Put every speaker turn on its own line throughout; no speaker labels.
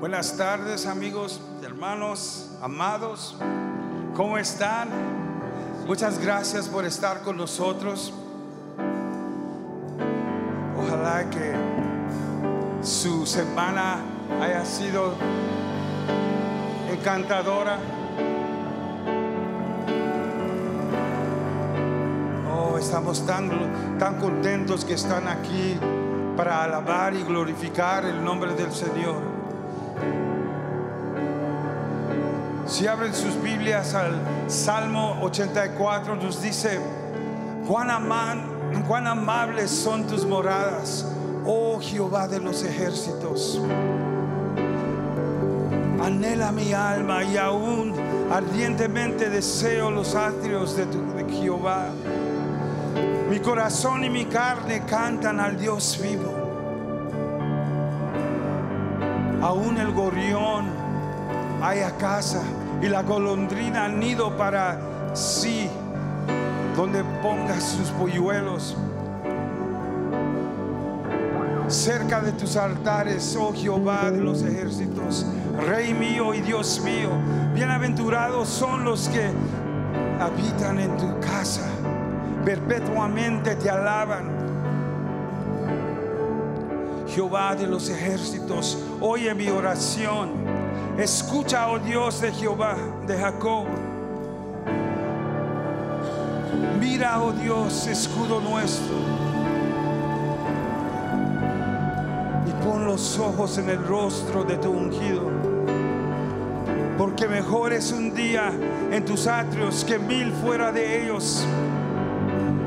Buenas tardes amigos, hermanos, amados. ¿Cómo están? Muchas gracias por estar con nosotros. Ojalá que su semana haya sido encantadora. Oh, estamos tan, tan contentos que están aquí para alabar y glorificar el nombre del Señor. Si abren sus Biblias al Salmo 84, nos dice, cuán, aman, cuán amables son tus moradas, oh Jehová de los ejércitos. Anhela mi alma y aún ardientemente deseo los atrios de, tu, de Jehová. Mi corazón y mi carne cantan al Dios vivo. Aún el gorrión haya casa y la golondrina nido para sí, donde ponga sus polluelos. Cerca de tus altares, oh Jehová de los ejércitos, Rey mío y Dios mío, bienaventurados son los que habitan en tu casa, perpetuamente te alaban. Jehová de los ejércitos, oye mi oración. Escucha, oh Dios de Jehová, de Jacob. Mira, oh Dios, escudo nuestro. Y pon los ojos en el rostro de tu ungido. Porque mejor es un día en tus atrios que mil fuera de ellos.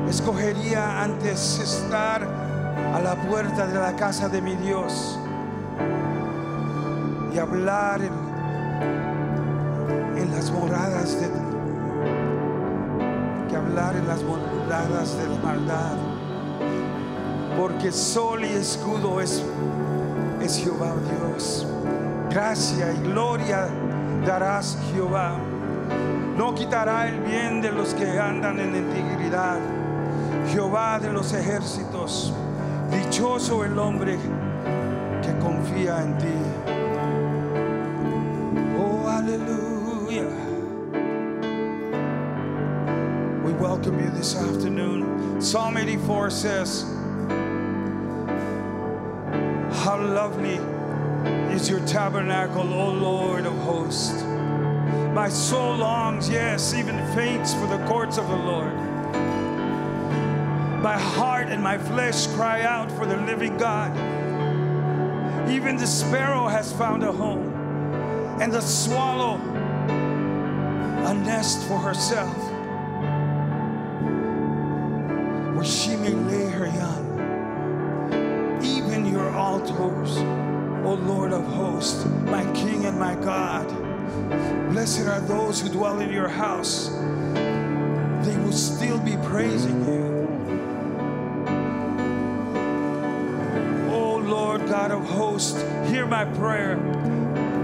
Escogería antes estar a la puerta de la casa de mi Dios y hablar en, en, las moradas de que hablar en las moradas de la maldad porque sol y escudo es es Jehová Dios gracia y gloria darás Jehová no quitará el bien de los que andan en integridad Jehová de los ejércitos dichoso el hombre que confía en ti Oh, Hallelujah. We welcome you this afternoon. Psalm 84 says, How lovely is your tabernacle, O Lord of hosts. My soul longs, yes, even faints for the courts of the Lord. My heart and my flesh cry out for the living God. Even the sparrow has found a home and the swallow a nest for herself where she may lay her young. Even your altars, O Lord of hosts, my King and my God. Blessed are those who dwell in your house, they will still be praising you. O Oh, Lord God of hosts, hear my prayer.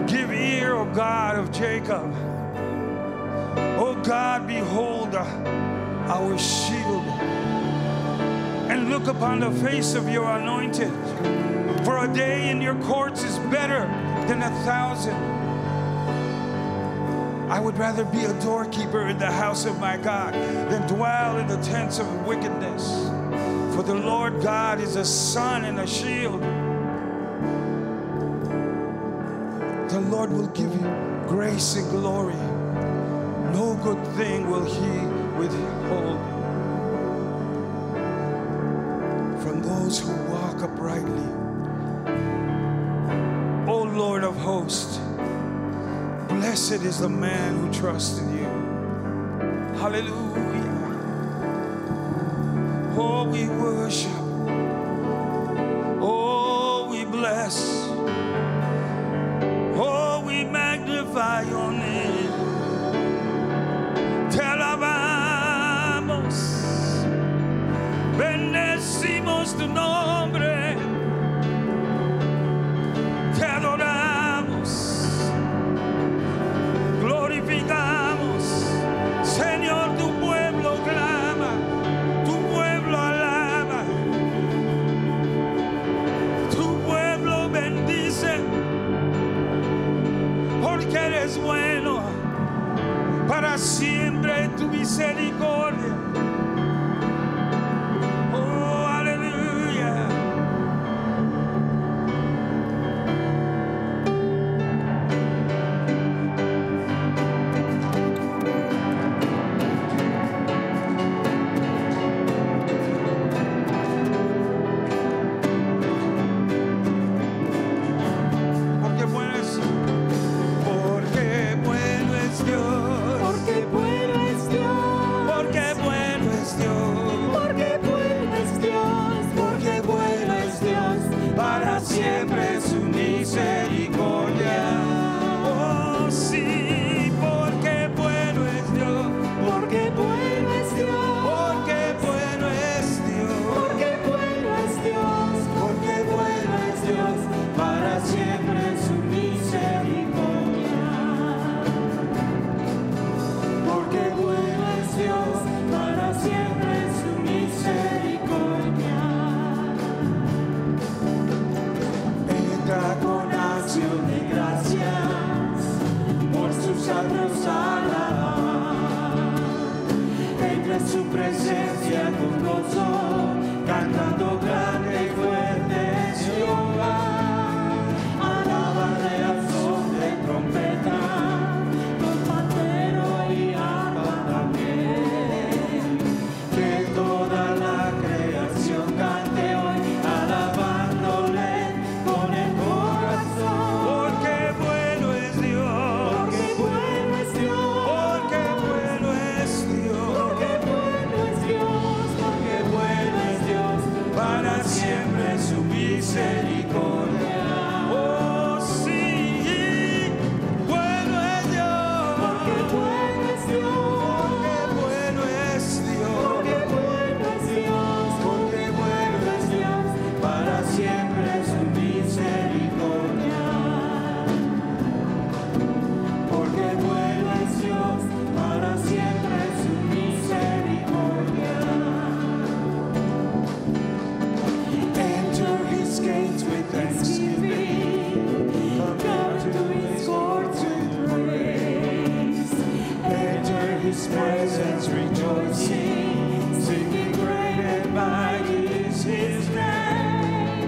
Give ear, O God of Jacob. O God, behold uh, our shield. And look upon the face of your anointed. For a day in your courts is better than a thousand. I would rather be a doorkeeper in the house of my God than dwell in the tents of wickedness. For the Lord God is a sun and a shield. the Lord will give you grace and glory. No good thing will He withhold from those who walk uprightly. O Lord of hosts, blessed is the man who trusts in you. Hallelujah. Oh, we worship. Oh, we bless. Oh, magnify your name. Te alabamos, bendecimos tu nombre, te adoramos, glorificamos, Señor, tu pueblo clama, tu pueblo alaba. siempre en tu misericordia. Oh, aleluya. Porque bueno es, porque bueno es Dios,
Porque bueno es Dios,
porque bueno es Dios,
porque bueno es Dios,
porque bueno es Dios, para siempre es su misericordia. Oh sí, porque bueno es Dios,
porque bueno es Dios,
porque bueno es Dios,
porque bueno es Dios,
porque bueno es Dios, para siempre es su misericordia.
porque bueno es Dios, para siempre es su misericordia.
Entra con
Con acción de gracias, por sus atrios alabar, entra en su presencia con gozo, cantando grande y fuerte es Jehová. Alabarle al son de trompeta, con pandero y arpa también. Que toda la creación cante hoy, alabándole con el corazón.
Porque bueno es Dios,
Porque bueno es Dios,
porque bueno es Dios,
porque bueno es Dios, porque bueno es Dios,
para siempre es su misericordia. Oh sí, bueno es
porque
Dios,
bueno es Dios,
porque bueno es
porque
Dios,
bueno es Dios,
porque bueno
bueno
es
es Dios, para siempre es su misericordia. Porque bueno es Dios, para siempre es su misericordia. Enter his gates with thanksgiving, come to his courts with praise. Enter his presence rejoicing, singing great and mighty is his name.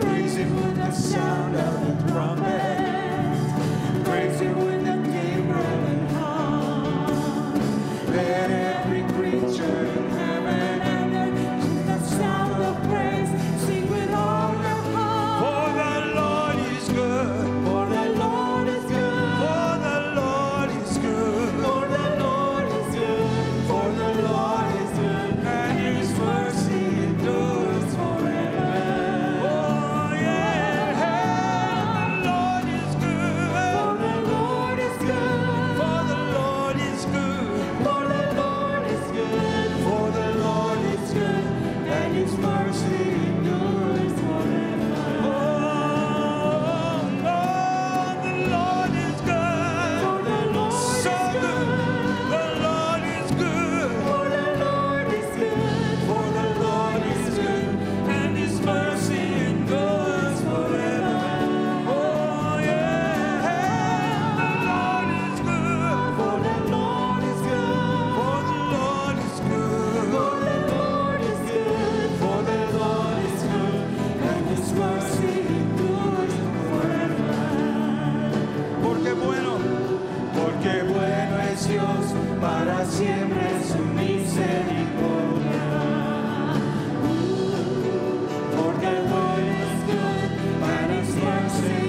Praise him with the sound of the trumpet, praise him with the timbrel and harp. Let every creature in heaven and earth to the sound of praise sing with all their heart.
for the Lord is good,
For the Lord is good.
for the Lord is good,
For the Lord is good, for the Lord is good,
and His mercy endures.
endures forever.
Oh yeah, the Lord is good.
For the Lord is good,
For the Lord is good,
for the Lord is
for
good,
the Lord is
good, and His mercy endures
oh,
forever.
oh, the Lord is good,
For the Lord is
so good,
good,
the Lord is good,
for the Lord is good,
for the Lord is good, and His mercy endures forever. Oh yeah, the Lord is good,
for
for the Lord
the Lord is good,
is good,
for the Lord is good,
for the Lord is
is good, and His mercy endures forever.
porque bueno,
Porque bueno es Dios, para siempre es su misericordia. Porque bueno es Dios, and His mercy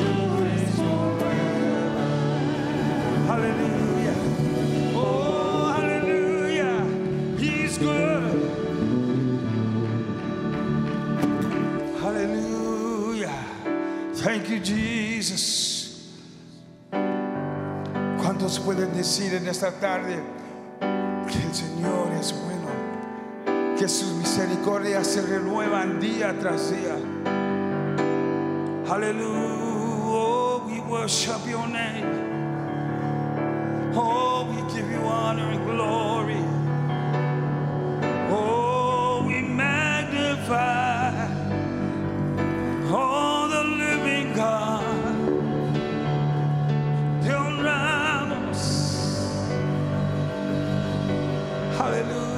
endures forever.
Hallelujah. Oh, hallelujah. He's good. Hallelujah. Thank you, Jesus. ¿Cuántos pueden decir en esta tarde que el Señor es bueno? Que sus misericordias se renuevan día tras día. Hallelujah. Oh, we worship your name. Oh, we give you honor and glory. Oh, we magnify. Oh, the living God. Te honramos. Hallelujah.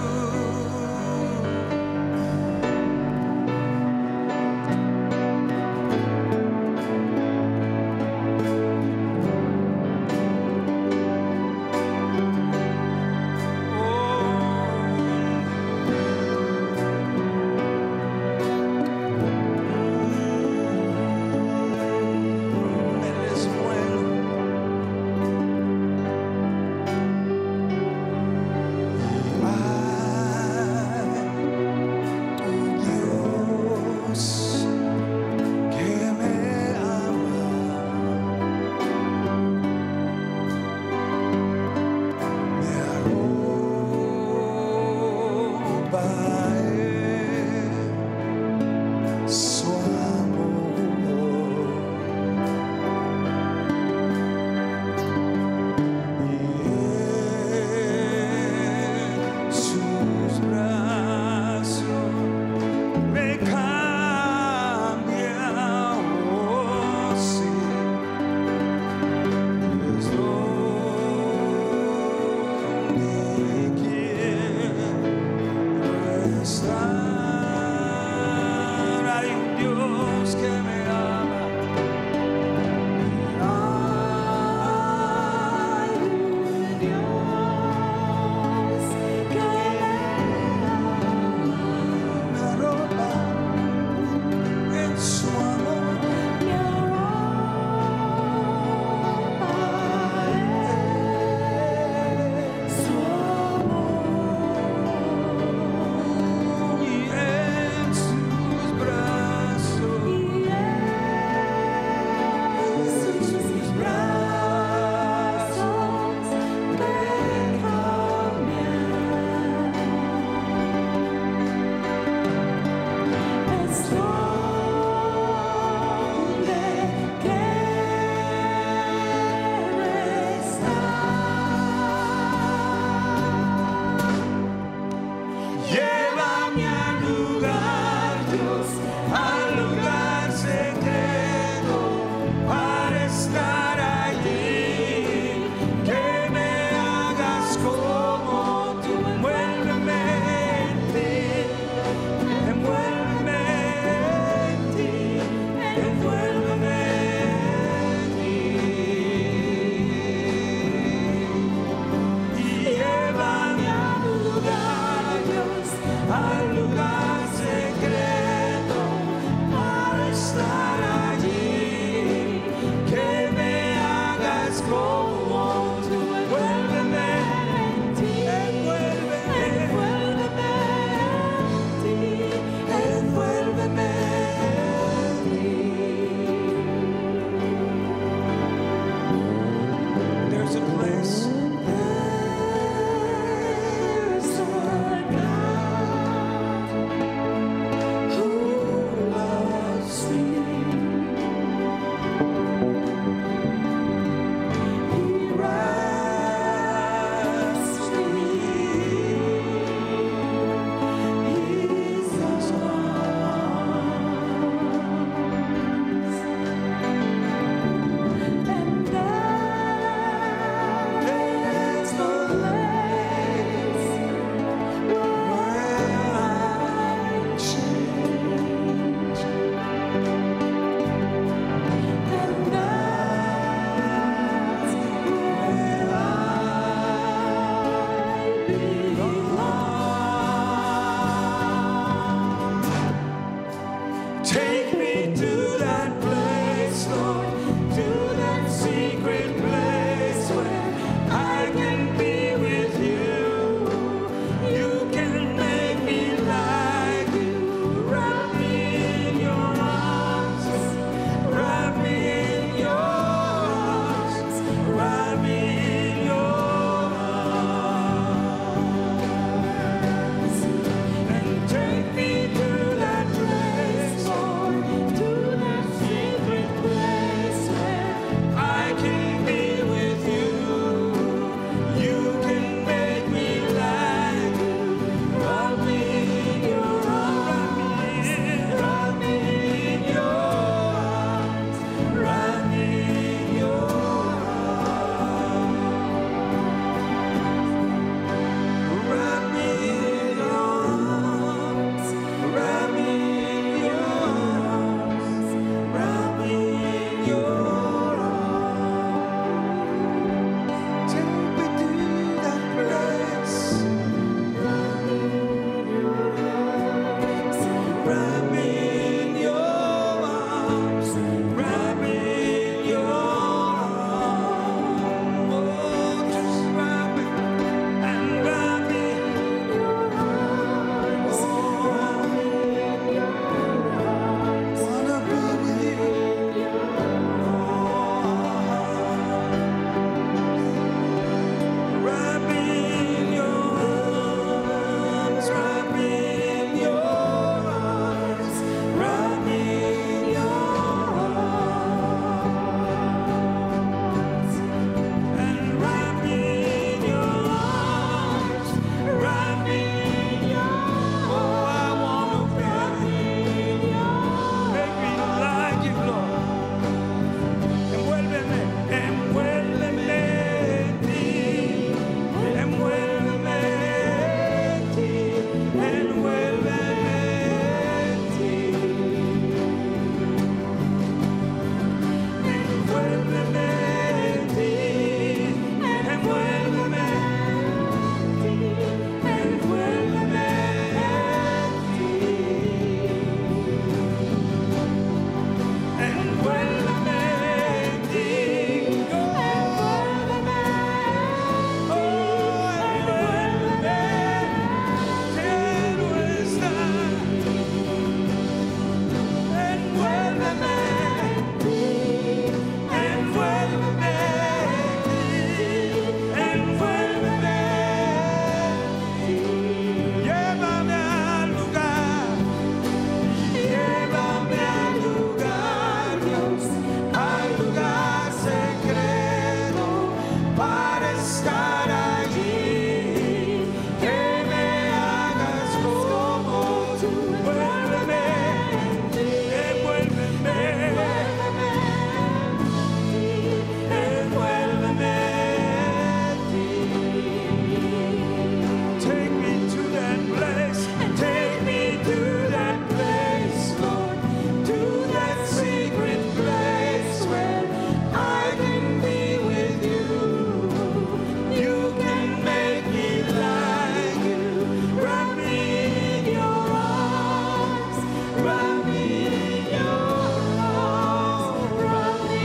Oh, Él es bueno. Ay, un Dios que me ama, me arroba en su amor. En sus brazos me cambia, oh sí, es donde quiero estar. Hay un Dios que me ama.
Ay, un Dios que me ama,
Me arropa en su amor,
me arropa en su amor
y en sus brazos,
y en sus brazos me cambia. Es donde quiero estar.
llévame al lugar, Dios, al lugar secreto para estar allí, que me hagas como tú, envuélveme en ti, envuélveme en ti, envuélveme en ti. Y llévame a lugar, Dios, al lugar secreto para estar allí. Que me hagas como tú, vuélveme en ti, envuélveme en ti, envuélveme en ti. There's a place.
There's a God who loves me. He rescues me. He's the one, and that is the place.
Take me to that place, Lord, to that secret place where I can be with you. You can make me like you. Wrap me in your arms, wrap me in your arms, wrap me in your arms. Oh, Oh,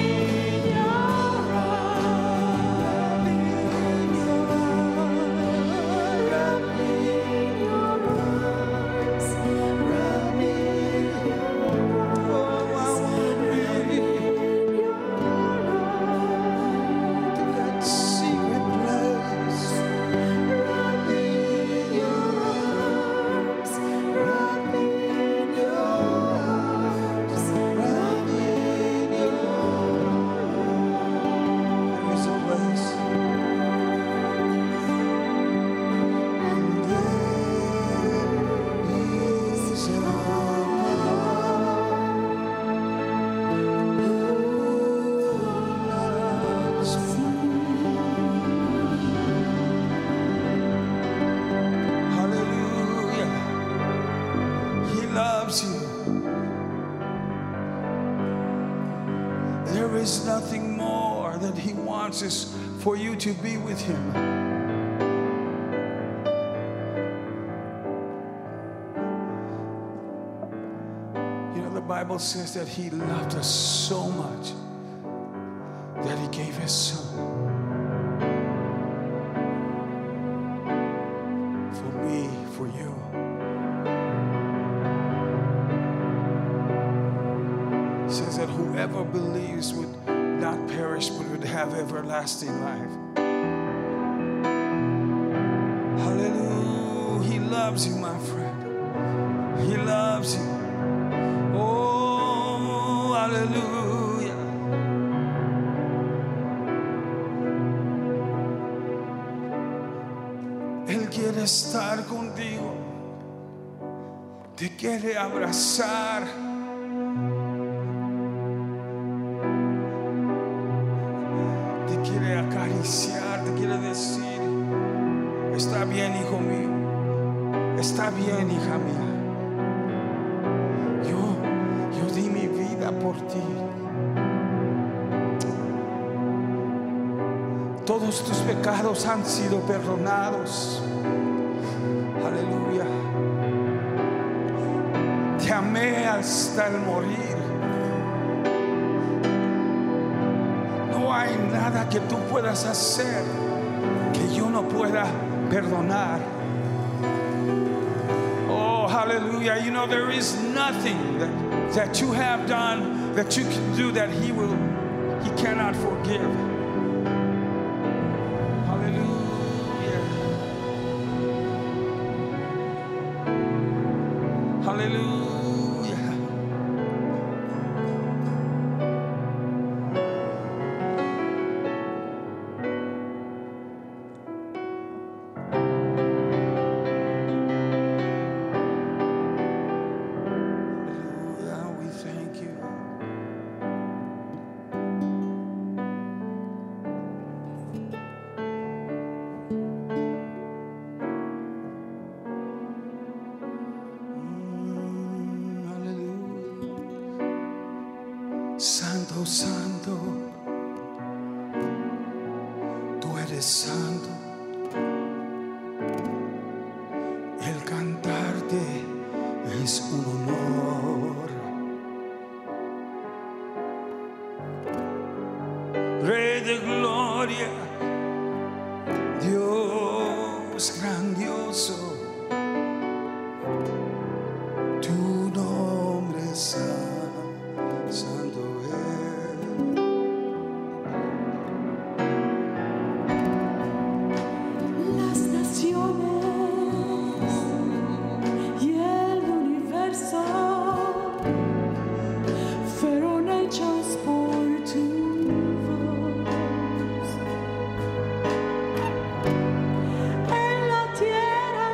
is nothing more that He wants is for you to be with Him. You know, the Bible says that He loved us so much that He gave His Son. For me, for you. He says that whoever believes would not perish but would have everlasting life. Hallelujah. He loves you, my friend. He loves you. Oh, hallelujah. Él quiere estar contigo. Te quiere abrazar. Te quiere acariciar. Te quiere decir, está bien, hijo mío. Está bien, hija mía. Yo, yo di mi vida por ti. Todos tus pecados han sido perdonados. Aleluya. Te amé hasta el morir. No hay nada que tú puedas hacer que yo no pueda perdonar. Oh, hallelujah. You know, there is nothing that, that you have done, that you can do that he will, he cannot forgive. Hallelujah. Hallelujah. Hallelujah. We thank you. Mm, Hallelujah. Santo, santo, tú eres santo. El cantarte es un honor. Rey de gloria, Dios grandioso. Tu nombre sa- santo es.
Las naciones y el universo fueron hechos por tu voz. En la tierra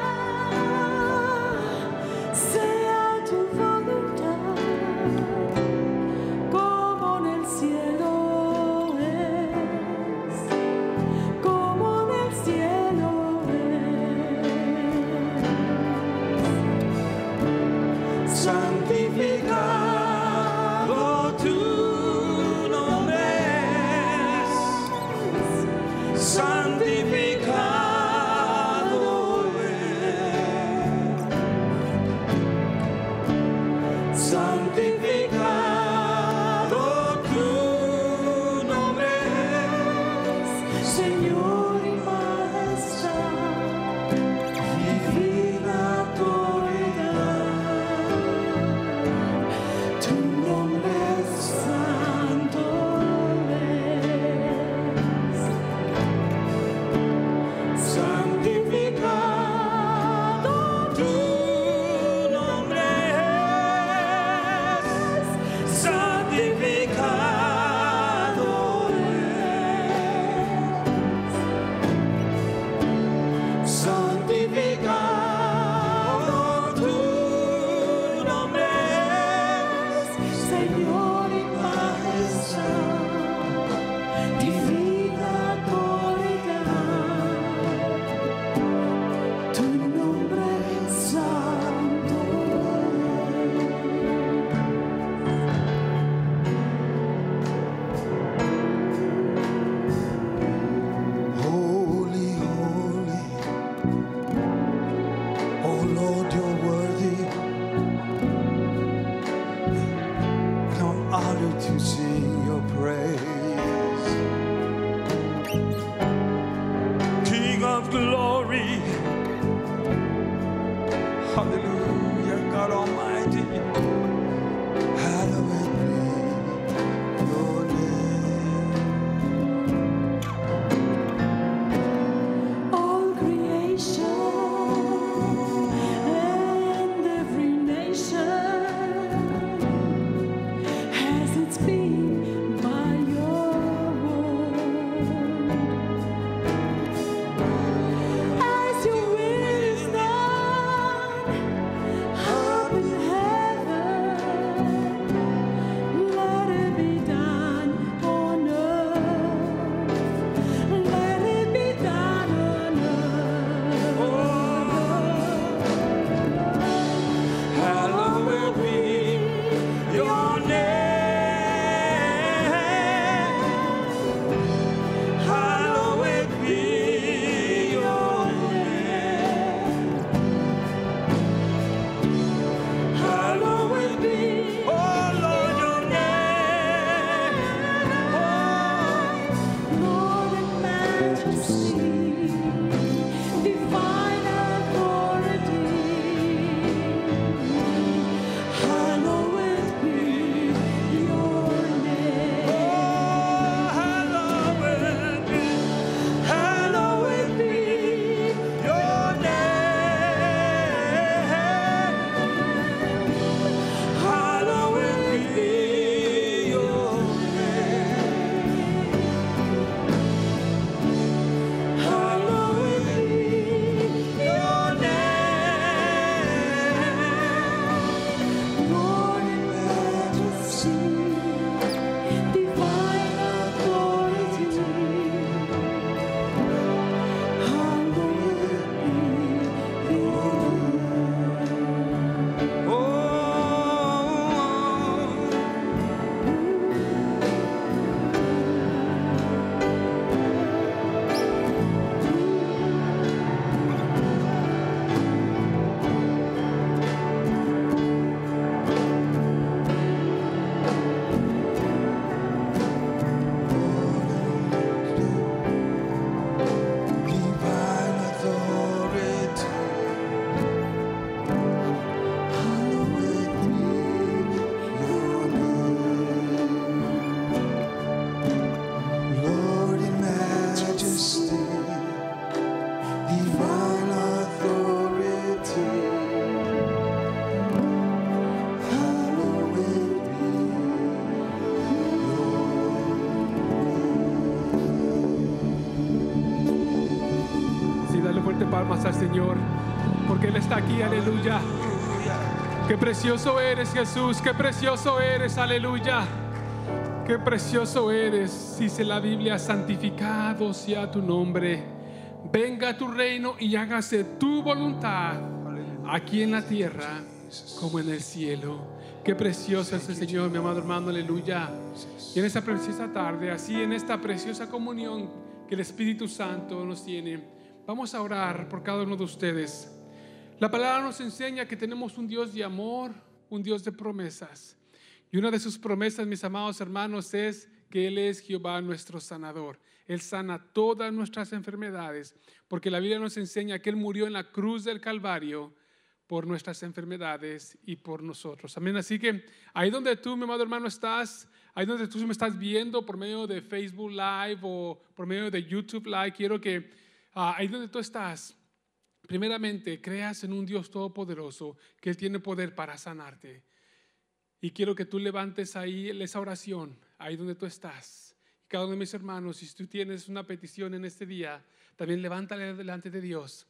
oh Hallelujah, God Almighty. Hallowed be your name.
All creation and every nation has its being by your word. As your will is done, up in heaven, let it be done on earth. Let it be done on earth. Hallowed be your name. Hallowed be your name. Hallowed be, oh Lord, your name. Lord and majesty, divine authority, hallowed be your name. Hallowed be, hallowed be your name. Hallowed be your name. Hallowed be your name, Lord and majesty, divine authority. Hallowed be your name.
Oh, divine authority. Hallowed be your name, Lord in majesty, divine authority. Hallowed
Sí, dale fuerte palmas al Señor, porque Él está aquí, aleluya. Qué precioso eres, Jesús, qué precioso eres, aleluya. Qué precioso eres, dice la Biblia, santificado sea tu nombre. Venga a tu reino y hágase tu voluntad aquí en la tierra como en el cielo. Qué precioso es el Señor, mi amado hermano, aleluya. Y en esta preciosa tarde, así en esta preciosa comunión que el Espíritu Santo nos tiene, vamos a orar por cada uno de ustedes. La palabra nos enseña que tenemos un Dios de amor, un Dios de promesas. Y una de sus promesas, mis amados hermanos, es que Él es Jehová nuestro sanador. Él sana todas nuestras enfermedades, porque la Biblia nos enseña que Él murió en la cruz del Calvario por nuestras enfermedades y por nosotros. Amén. Así que ahí donde tú, mi amado hermano, estás, ahí donde tú me estás viendo por medio de Facebook Live o por medio de YouTube Live, quiero que ah, ahí donde tú estás, primeramente creas en un Dios todopoderoso que Él tiene poder para sanarte. Y quiero que tú levantes ahí esa oración, ahí donde tú estás. Y cada uno de mis hermanos, si tú tienes una petición en este día, también levántala delante de Dios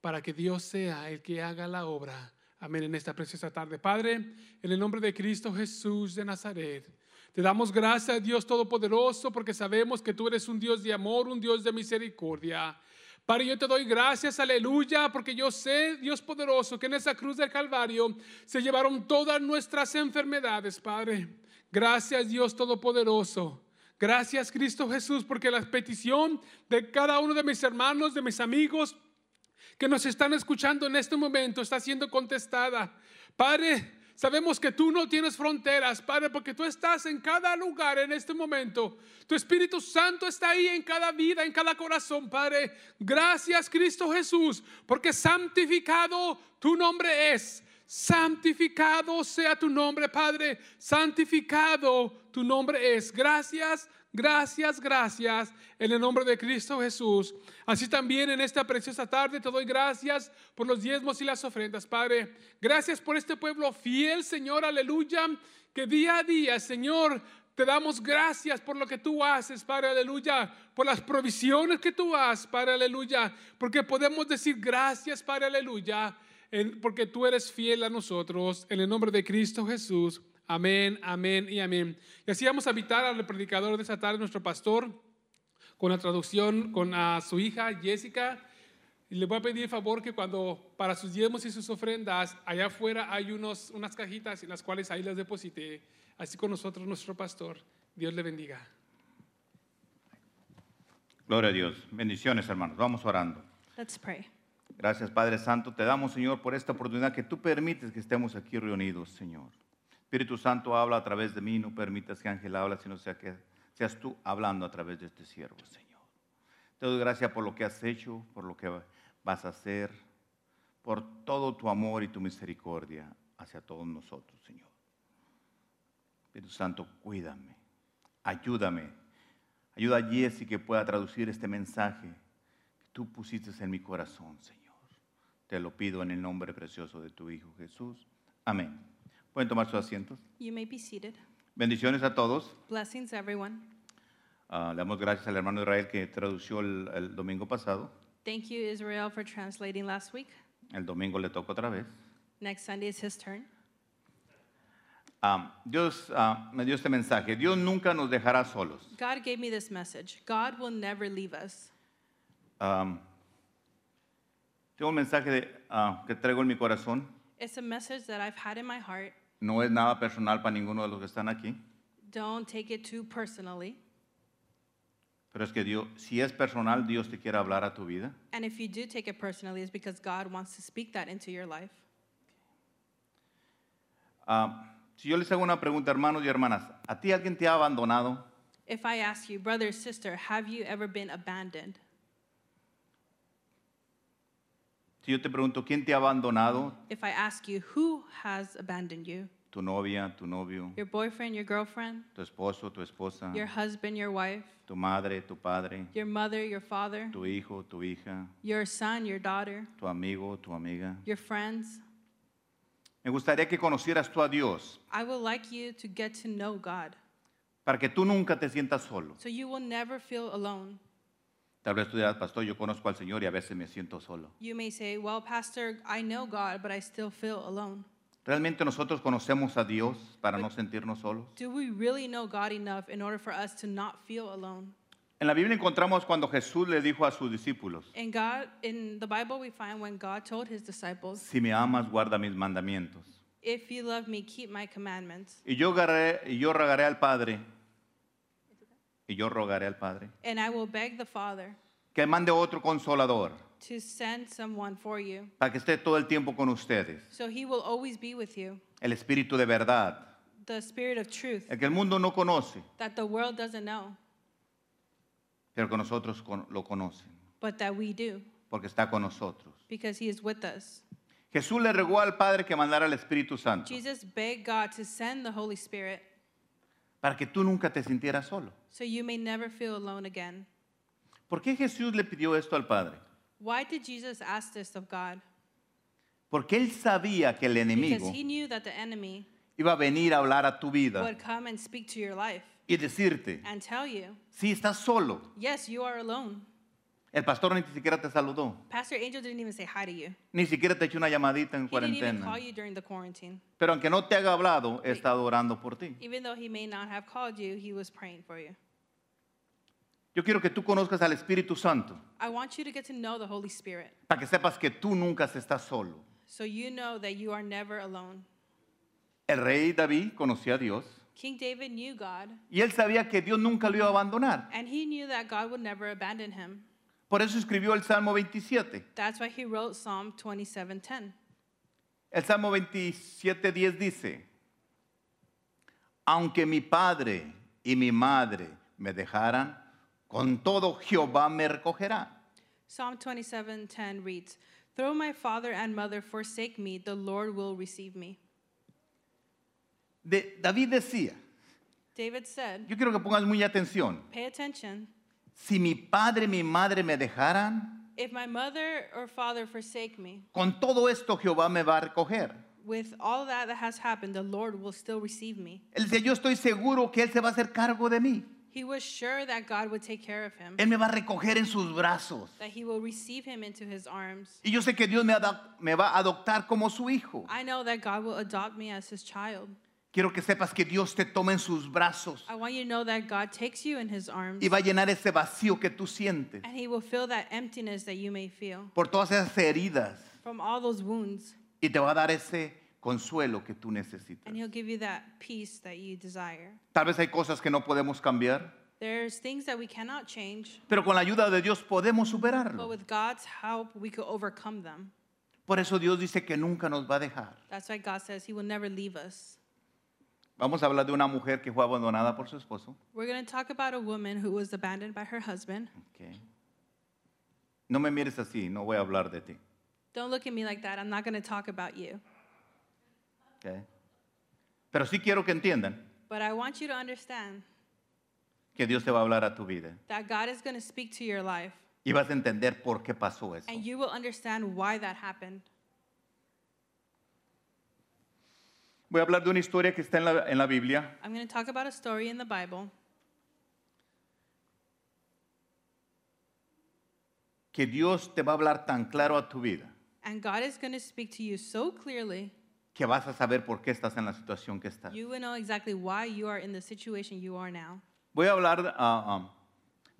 para que Dios sea el que haga la obra. Amén, en esta preciosa tarde. Padre, en el nombre de Cristo Jesús de Nazaret, te damos gracias, Dios Todopoderoso, porque sabemos que tú eres un Dios de amor, un Dios de misericordia. Padre, yo te doy gracias, aleluya, porque yo sé, Dios poderoso, que en esa cruz del Calvario se llevaron todas nuestras enfermedades, Padre. Gracias, Dios Todopoderoso. Gracias, Cristo Jesús, porque la petición de cada uno de mis hermanos, de mis amigos, que nos están escuchando en este momento está siendo contestada. Padre, Sabemos que tú no tienes fronteras, Padre, porque tú estás en cada lugar en este momento. Tu Espíritu Santo está ahí en cada vida, en cada corazón, Padre. Gracias, Cristo Jesús, porque santificado tu nombre es. Santificado sea tu nombre, Padre. Santificado tu nombre es. Gracias, Gracias, gracias en el nombre de Cristo Jesús. Así también en esta preciosa tarde te doy gracias por los diezmos y las ofrendas, Padre. Gracias por este pueblo fiel, Señor, aleluya, que día a día, Señor, te damos gracias por lo que tú haces, Padre, aleluya, por las provisiones que tú haces, Padre, aleluya, porque podemos decir gracias, Padre, aleluya, en- porque tú eres fiel a nosotros, en el nombre de Cristo Jesús. Amén, amén y amén. Y así vamos a invitar al predicador de esta tarde, nuestro pastor, con la traducción con a su hija Jessica. Y le voy a pedir el favor que cuando para sus diezmos y sus ofrendas, allá afuera hay unos, unas cajitas en las cuales ahí las deposité. Así con nosotros, nuestro pastor. Dios le bendiga.
Gloria a Dios. Bendiciones, hermanos. Vamos orando.
Let's pray.
Gracias, Padre Santo. Te damos, Señor, por esta oportunidad que tú permites que estemos aquí reunidos, Señor. Espíritu Santo habla a través de mí. No permitas que Ángel hable, sino sea que seas tú hablando a través de este siervo, Señor. Te doy gracias por lo que has hecho, por lo que vas a hacer, por todo tu amor y tu misericordia hacia todos nosotros, Señor. Espíritu Santo, cuídame, ayúdame. Ayuda a Jesse que pueda traducir este mensaje que tú pusiste en mi corazón, Señor. Te lo pido en el nombre precioso de tu Hijo Jesús. Amén. Pueden tomar sus asientos.
You may be seated.
Bendiciones a todos.
Blessings, everyone.
Ah, le damos gracias al hermano Israel que tradució el, el domingo pasado.
Thank you, Israel, for translating last week.
El domingo le toca otra vez.
Next Sunday is his turn.
Ah, Dios ah, me dio este mensaje. Dios nunca nos dejará solos.
God gave me this message God will never leave us.
Ah, tengo un mensaje de, ah, que traigo en mi corazón.
It's a message that I've had in my heart.
No es nada personal para ninguno de los que están aquí.
Don't take it too personally.
Pero es que Dios, si es personal, Dios te quiere hablar a tu vida.
And if you do take it personally, it's because God wants to speak that into your life.
Ah, si yo les hago una pregunta, hermanos y hermanas, ¿a ti alguien te ha abandonado?
If I ask you, brother, sister, have you ever been abandoned?
Si yo te pregunto, ¿quién te ha abandonado?
If I ask you, who has abandoned you?
Tu novia, tu novio,
Your boyfriend, your girlfriend,
tu esposo, tu esposa,
your husband, your wife,
tu madre, tu padre,
your mother, your father,
tu hijo, tu hija,
your son, your daughter,
tu amigo, tu amiga.
your friends.
Me gustaría que conocieras tú a Dios
I would like you to get to know God
para que tú nunca te sientas solo.
so you will never feel alone.
Tal vez tú dirás, pastor, yo conozco al Señor y a veces me siento solo.
You may say, Well, Pastor, I know God, but I still feel alone.
¿Realmente nosotros conocemos a Dios para no sentirnos solos?
Do we really know God enough in order for us to not feel alone?
En la Biblia encontramos cuando Jesús le dijo a sus discípulos,
In God, in the Bible, we find when God told his disciples,
si me amas, guarda mis mandamientos.
If you love me, keep my commandments,
Y yo, rogaré, y yo rogaré al Padre, y yo rogaré al Padre,
and I will beg the Father
que mande otro consolador,
to send someone for you.
para que esté todo el tiempo con ustedes,
So he will always be with you,
el Espíritu de verdad,
the Spirit of truth
el que el mundo no conoce,
that the world doesn't know,
pero que nosotros con- lo conocen,
but that we do,
porque está con nosotros.
because he is with us.
Jesús le rogó al Padre que mandara al Espíritu Santo,
Jesus begged God to send the Holy Spirit
para que tú nunca te sintieras solo.
so you may never feel alone again.
¿Por qué Jesús le pidió esto al Padre?
Why did Jesus ask this of God?
Porque él sabía que el
Because
enemigo
he knew that the enemy
iba a venir a hablar a tu vida
would come and speak to your life
y decirte,
and tell you,
si estás solo,
yes, you are alone.
el pastor ni siquiera te saludó,
Pastor Angel didn't even say hi to you.
ni siquiera te echó una llamadita en
He didn't even
cuarentena.
call you during the quarantine.
Pero aunque no te haya hablado, he estado orando por ti.
Even though he may not have called you, he was praying for you.
Yo quiero que tú conozcas al Espíritu Santo,
I want you to get to know the Holy Spirit
para que sepas que tú nunca estás solo.
so you know that you are never alone.
El rey David conocía a Dios
King David knew God,
y él sabía que Dios nunca lo iba a abandonar.
and he knew that God would never abandon him.
Por eso escribió el Salmo 27.
That's why he wrote Psalm 27:10.
El Salmo 27, 10 dice, aunque mi padre y mi madre me dejaran, con todo Jehová me recogerá.
Psalm 27:10 reads, "Though my father and mother forsake me, the Lord will receive me."
De- David decía,
David said,
yo quiero que pongas muy atención,
"Pay attention.
si mi padre y mi madre me dejaran,
If my mother or father forsake me,
con todo esto Jehová me va a recoger.
with all that that has happened, the Lord will still receive me."
Él decía, yo estoy seguro que Él se va a hacer cargo de mí.
He was sure that God would take care of him,
Él me va a recoger en sus brazos.
that he will receive him into his arms.
Y yo sé que Dios me, adop- me va a adoptar como su hijo.
I know that God will adopt me as his child.
Quiero que sepas que Dios te toma en sus brazos
I want you to know that God takes you in his arms
y va a llenar ese vacío que tú sientes
and he will fill that emptiness that you may feel
por todas esas heridas
from all those wounds
y te va a dar ese consuelo que tú necesitas.
and he'll give you that peace that you desire.
Tal vez hay cosas que no podemos cambiar,
There's things that we cannot change,
pero con la ayuda de Dios podemos
but
superarlo.
with God's help, we could overcome them.
Por eso Dios dice que nunca nos va a dejar.
That's why God says He will never leave us.
Vamos a hablar de una mujer que fue abandonada por su esposo.
We're going to talk about a woman who was abandoned by her husband.
Ok. No me mires así, no voy a hablar de ti.
Don't look at me like that. I'm not going to talk about you.
ok. Pero sí quiero que entiendan
But I want you to understand
que Dios te va a hablar a tu vida
that God is going to speak to your life
y vas a entender por qué pasó eso.
and you will understand why that happened.
Voy a hablar de una historia que está en la, en la Biblia.
I'm going to talk about a story in the Bible
que Dios te va a hablar tan claro a tu vida
and God is going to speak to you so clearly
que vas a saber por qué estás en la situación que estás.
you will know exactly why you are in the situation you are now.
Voy a hablar ah, um,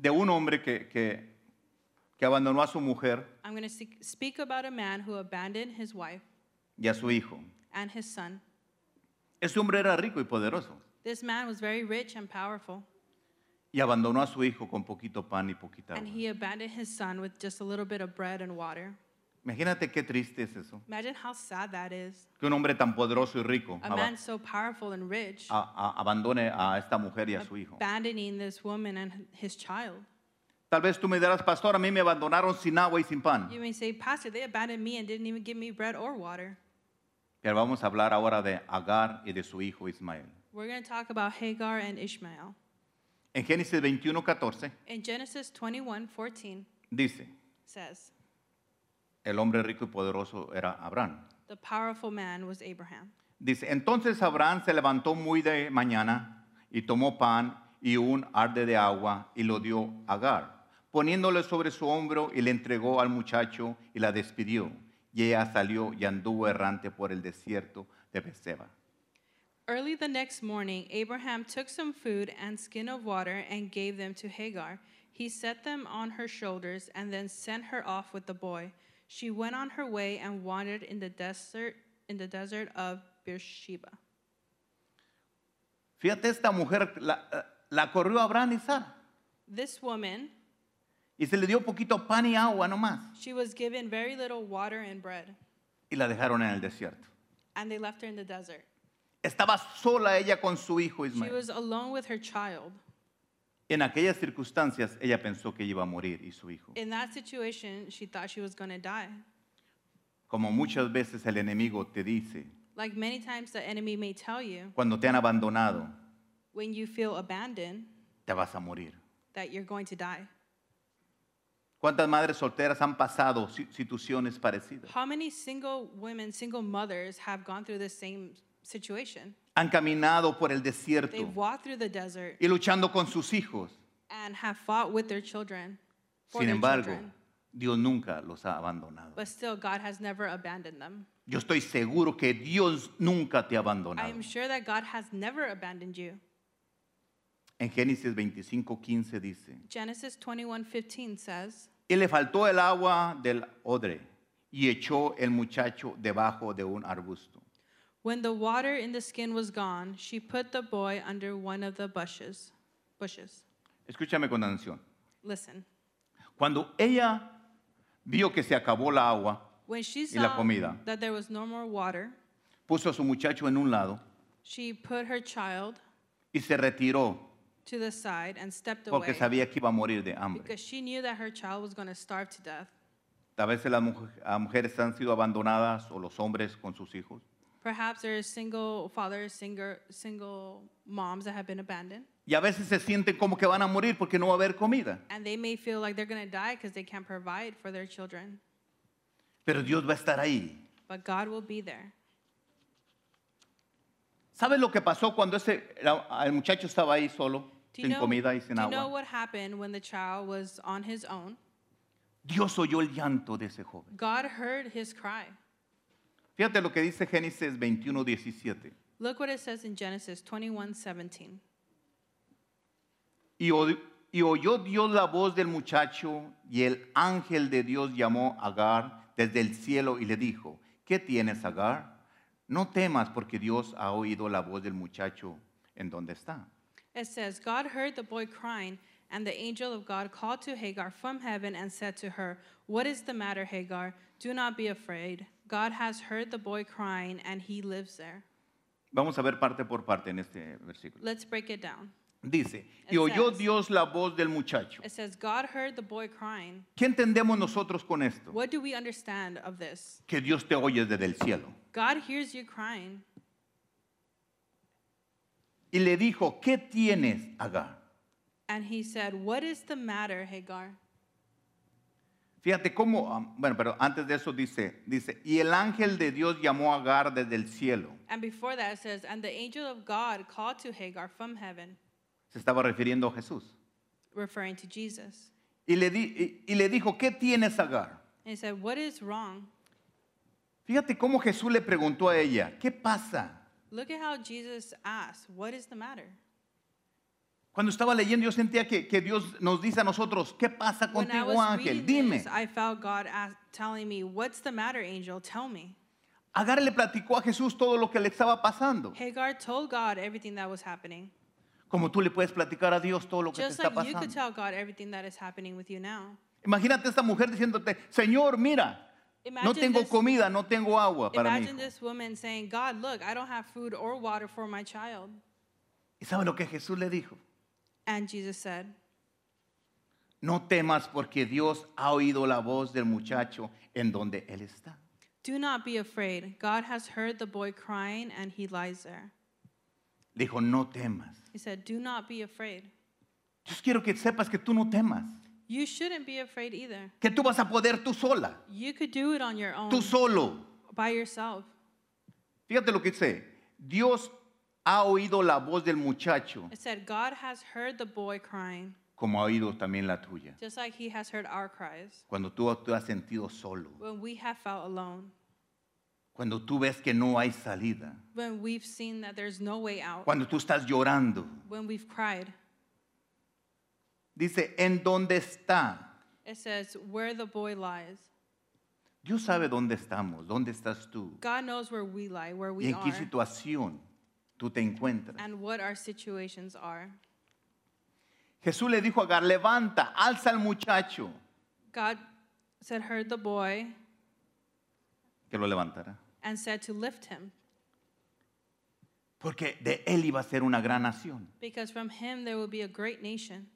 de un hombre que, que, que abandonó a su mujer
I'm going to speak about a man who abandoned his wife
y a su hijo.
and his son.
Ese hombre era rico y poderoso
This man was very rich and powerful,
y abandonó a su hijo con poquito pan y poquita
and
agua.
he abandoned his son with just a little bit of bread and water.
Imagínate qué triste es eso.
Imagine how sad that is.
Que un hombre tan poderoso y rico
A
aba-
man so powerful and rich
a- a- abandone a esta mujer y a su hijo.
abandoning this woman and his child.
Tal vez tú me dirás, pastor, a mí me abandonaron sin agua y sin pan.
You may say, Pastor, they abandoned me and didn't even give me bread or water.
Pero vamos a hablar ahora de Agar y de su hijo Ismael.
We're going to talk about Hagar and Ishmael.
En Génesis 21, 14
In Genesis 21 14
dice,
says,
el hombre rico y poderoso era Abraham.
The powerful man was Abraham.
Dice, entonces Abraham se levantó muy de mañana y tomó pan y un arde de agua y lo dio a Agar, poniéndole sobre su hombro y le entregó al muchacho y la despidió. Y ella salió y anduvo errante por el desierto de Beceba.
Early the next morning, Abraham took some food and skin of water and gave them to Hagar. He set them on her shoulders and then sent her off with the boy. She went on her way and wandered in the desert in the desert of Beersheba.
Fíjate, esta mujer la, la corrió Abraham y Sara
This woman,
y se le dio poquito pan y agua nomás
she was given very little water and bread,
y la dejaron en el desierto.
and they left her in the desert.
Estaba sola ella con su hijo
She
Ismael.
was alone with her child.
En aquellas circunstancias ella pensó que iba a morir y su hijo.
In that situation, she thought she was going to die.
Como muchas veces el enemigo te dice,
Like many times the enemy may tell you,
cuando te han abandonado,
when you feel abandoned,
te vas a morir.
that you're going to die.
¿Cuántas madres solteras han pasado si- situaciones parecidas?
How many single women, single mothers have gone through this same situation?
Han caminado por el
They've
desierto
walked through the desert
y luchando con sus hijos.
and have fought with their children. for
Sin
their
embargo,
children. Pues-
Dios nunca los ha abandonado.
but still, God has never abandoned them.
Yo estoy seguro que Dios nunca te ha
I
abandonado.
am sure that God has never abandoned you.
En Génesis 25, 15 dice,
Genesis 21:15 says,
Y le faltó el agua del odre y echó el muchacho debajo de un arbusto.
"When the water in the skin was gone, she put the boy under one of the bushes." Bushes.
Escúchame con atención.
Listen.
Cuando ella vio que se acabó el agua,
When she
Y la
saw
comida.
that there was no more water,
Puso a su muchacho en un lado
she put her child
y se retiró
to the side and stepped
porque
away
sabía que iba a morir de hambre.
because she knew that her child was going to starve to death.
A veces las mu- a mujeres han sido abandonadas o los hombres con sus hijos.
Perhaps there are single fathers, single, single moms that have been abandoned,
Y a veces se sienten como que van a morir porque no va a haber comida.
and they may feel like they're going to die because they can't provide for their children.
Pero Dios va a estar ahí.
But God will be there.
¿Sabes lo que pasó cuando ese, la- el muchacho estaba ahí solo,
Do you,
sin
know,
comida y
do
sin
you know
agua?
what happened when the child was on his own?
Dios oyó el llanto de ese joven.
God heard his cry.
Fíjate lo que dice Génesis 21, 17.
Look what it says in Genesis 21 17.
Y, odi- y oyó Dios la voz del muchacho y el ángel de Dios llamó a Agar desde el cielo y le dijo, ¿qué tienes Agar? No temas porque Dios ha oído la voz del muchacho en donde está.
It says, God heard the boy crying, and the angel of God called to Hagar from heaven and said to her, What is the matter, Hagar? Do not be afraid. God has heard the boy crying, and he lives there.
Vamos a ver parte por parte en este versículo.
Let's break it down.
Dice, y
It
oyó
says-
Dios la voz del muchacho.
It says, God heard the boy crying.
¿Qué entendemos nosotros con esto?
What do we understand of this?
Que Dios te oye desde el cielo.
God hears you crying.
Y le dijo, ¿qué tienes Agar?
And he said, What is the matter, Hagar?
Fíjate cómo, ah, bueno, pero antes de eso dice, dice, y el ángel de Dios llamó a Agar desde el cielo.
And before that, it says, And the angel of God called to Hagar from heaven,
Se estaba refiriendo a Jesús.
referring to Jesus.
Y le, di- y- y le dijo, ¿qué tienes Agar?
And he said, What is wrong?
Fíjate cómo Jesús le preguntó a ella, ¿qué pasa?
Look at how Jesus asked, What is the matter?
Cuando estaba leyendo yo sentía que, que Dios nos dice a nosotros, ¿qué pasa
When I was
contigo ángel?
reading
Dime.
this, I felt God ask, telling me, What's the matter, angel? Tell me.
Agar le platicó a Jesús todo lo que le estaba pasando.
Hagar told God everything that was happening.
Como tú le puedes platicar a Dios todo lo que
Just
te está
like you could
pasando.
tell God everything that is happening with you now.
Imagínate esta mujer diciéndote, Señor, mira, no
Imagine
tengo
this-
comida, no tengo agua para mí.
Imagine this woman saying, God, look, I don't have food or water for my child.
¿Y sabe lo que Jesús le dijo?
And Jesus said,
No temas porque Dios ha oído la voz del muchacho en donde él está.
Do not be afraid. God has heard the boy crying, and he lies there.
Le dijo, no temas.
He said, Do not be afraid.
Dios quiero que sepas que tú no temas,
You shouldn't be afraid either.
que tú vas a poder tú sola,
You could do it on your own,
tú solo.
by yourself.
Fíjate lo que dice, Dios ha oído la voz del muchacho
It said, God has heard the boy crying,
como ha oído también la tuya.
just like he has heard our cries
Cuando tú te has sentido solo,
when we have felt alone,
cuando tú ves que no hay salida,
when we've seen that there's no way out,
cuando tú estás llorando.
when we've cried.
Dice, ¿en dónde está?
It says, Where the boy lies.
Dios sabe dónde estamos, dónde estás tú
God knows where we lie, where
y
we
en qué
are,
situación tú te encuentras.
and what our situations are.
Jesús le dijo a Agar, levanta, alza al muchacho,
God said, Heard the boy,
que lo levantara.
and said to lift him,
Porque de él iba a ser una gran nación.
because from him there will be a great nation.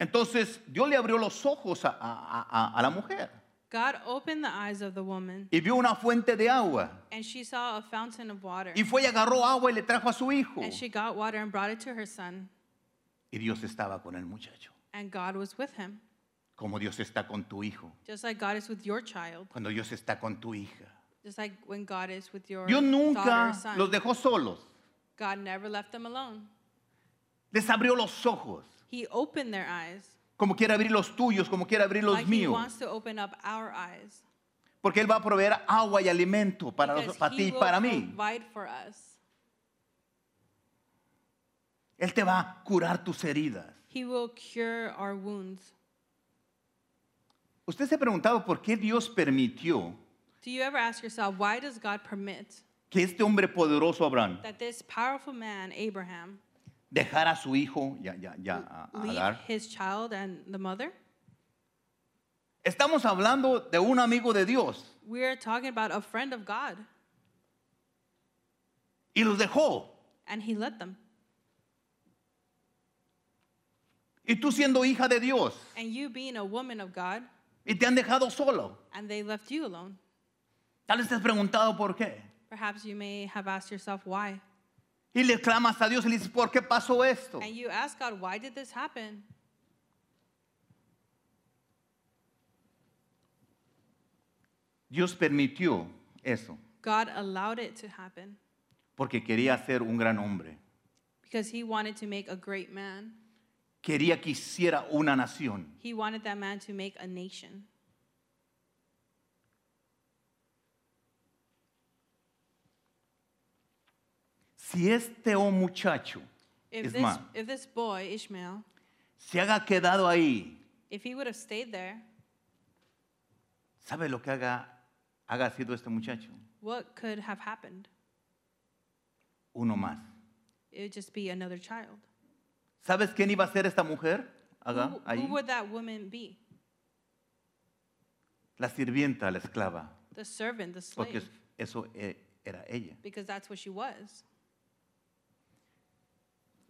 Entonces Dios le abrió los ojos a, a- a- a la mujer
God opened the eyes of the woman,
y vio una fuente de agua.
and she saw a fountain of water.
Y fue y agarró agua y le trajo a su hijo.
And she got water and brought it to her son,
Y Dios estaba con el muchacho,
and God was with him,
como Dios está con tu hijo,
just like God is with your child,
cuando Dios está con tu hija.
just like when God is with your
Dios
daughter
nunca
or son.
los dejó solos.
God never left them alone.
Les abrió los ojos,
He opened their eyes,
como quiere abrir los tuyos, como quiere abrir los
like He
míos.
wants to open up our eyes,
Porque Él va a proveer agua y alimento para, los-
because
para ti
He
y
will
para mí.
provide for us.
Él te va a curar tus heridas.
He will cure our wounds.
Usted se ha preguntado por qué Dios permitió
Do you ever ask yourself, why does God permit?
que este hombre poderoso, Abraham,
that this powerful man, Abraham,
dejara a su hijo, ya, ya, ya, a- a
leave
Agar,
his child and the mother
Estamos hablando de un amigo de Dios
We are talking about a friend of God,
y los dejó.
and he let them.
Y tú siendo hija de Dios
And you being a woman of God,
y te han dejado solo.
and they left you alone.
Tal vez te has preguntado por qué.
Perhaps you may have asked yourself why.
Y le clamas a Dios y le dices, ¿por qué pasó esto?
And you ask God, why did this happen?
Dios permitió eso
God allowed it to happen
porque quería ser un gran hombre.
because he wanted to make a great man.
Quería que hiciera una nación.
He wanted that man to make a nation.
Si este o muchacho,
If this,
Ismael.
if this boy, Ishmael,
se haga quedado ahí,
if he would have stayed there,
¿sabe lo que haga, haga sido este muchacho?
what could have happened?
Uno más.
It would just be another child.
¿Sabes quién iba a ser esta mujer? Haga,
Who, who
ahí.
would that woman be?
La sirvienta, la esclava.
The servant, the slave,
Porque eso eh, era ella.
because that's what she was.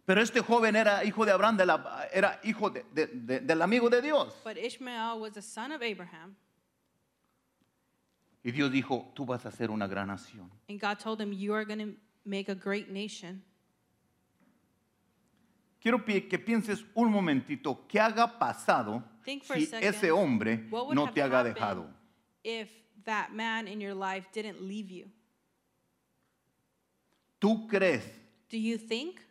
Pero este joven era hijo de Abraham, de la- era hijo de- de- de- del amigo de Dios.
But Ishmael was a son of Abraham,
Y Dios dijo, tú vas a ser una gran nación.
and God told him, You are going to make a great nation.
Quiero pi- que pienses un momentito qué haga pasado
Think for a
si
second.
ese hombre
What would
no
have
te haga
happened
dejado.
if that man in your life didn't leave you?
¿Tú crees
Do you think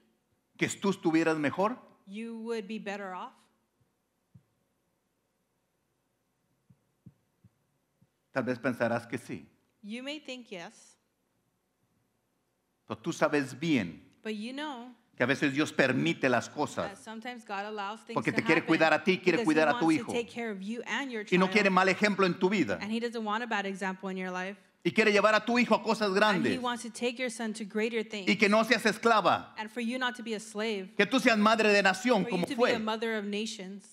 que tú estuvieras mejor?
you would be better off?
Tal vez pensarás que sí.
You may think yes,
Pero tú sabes bien
but you know
que a veces Dios permite las
that
cosas
sometimes God allows things
Porque
to
te quiere
happen
cuidar a ti, quiere
because
cuidar
he
a tu
wants
hijo.
To take care of you and your
y no quiere
child,
mal ejemplo en tu vida.
and he doesn't want a bad example in your life.
Y quiere llevar a tu hijo a cosas
And he
grandes
wants to take your son to greater things.
y que no seas esclava,
and for you not to be a slave,
que tú seas madre de nación
for you
como
to be a
fue.
mother of nations.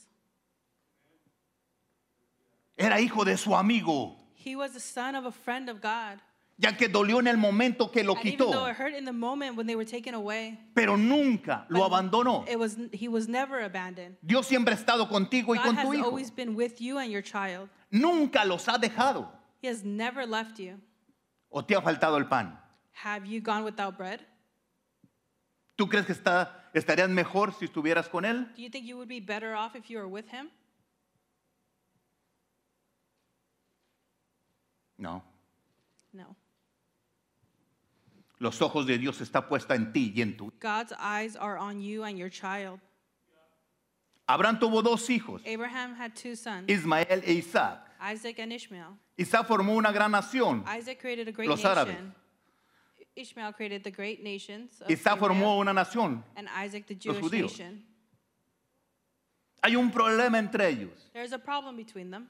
Era hijo de su amigo,
He was the son of a friend of God.
ya que dolió en el momento que lo
And even though
quitó,
it hurt in the moment when they were taken away,
pero nunca lo
but
abandonó.
It was he was never abandoned.
Dios siempre ha estado contigo y
God
con tu
has
hijo.
always been with you and your child.
Nunca los ha dejado.
He has never left you.
¿O te ha faltado el pan?
Have you gone without bread?
¿Tú crees que está, estarías mejor si estuvieras con él?
Do you think you would be better off if you were with him?
No.
No.
Los ojos de Dios está puesta en ti y en tu.
God's eyes are on you and your child.
Abraham tuvo dos hijos,
Abraham had two sons,
Ismael e Isaac.
Isaac and Ishmael.
Isaac formó una gran nación.
Isaac created a great
Los
nation.
árabes.
Ishmael created the great nations. Of
Isaac
Abraham,
formó una nación.
and Isaac the Jewish
judíos.
nation.
Hay un problema entre ellos,
There's a problem between them,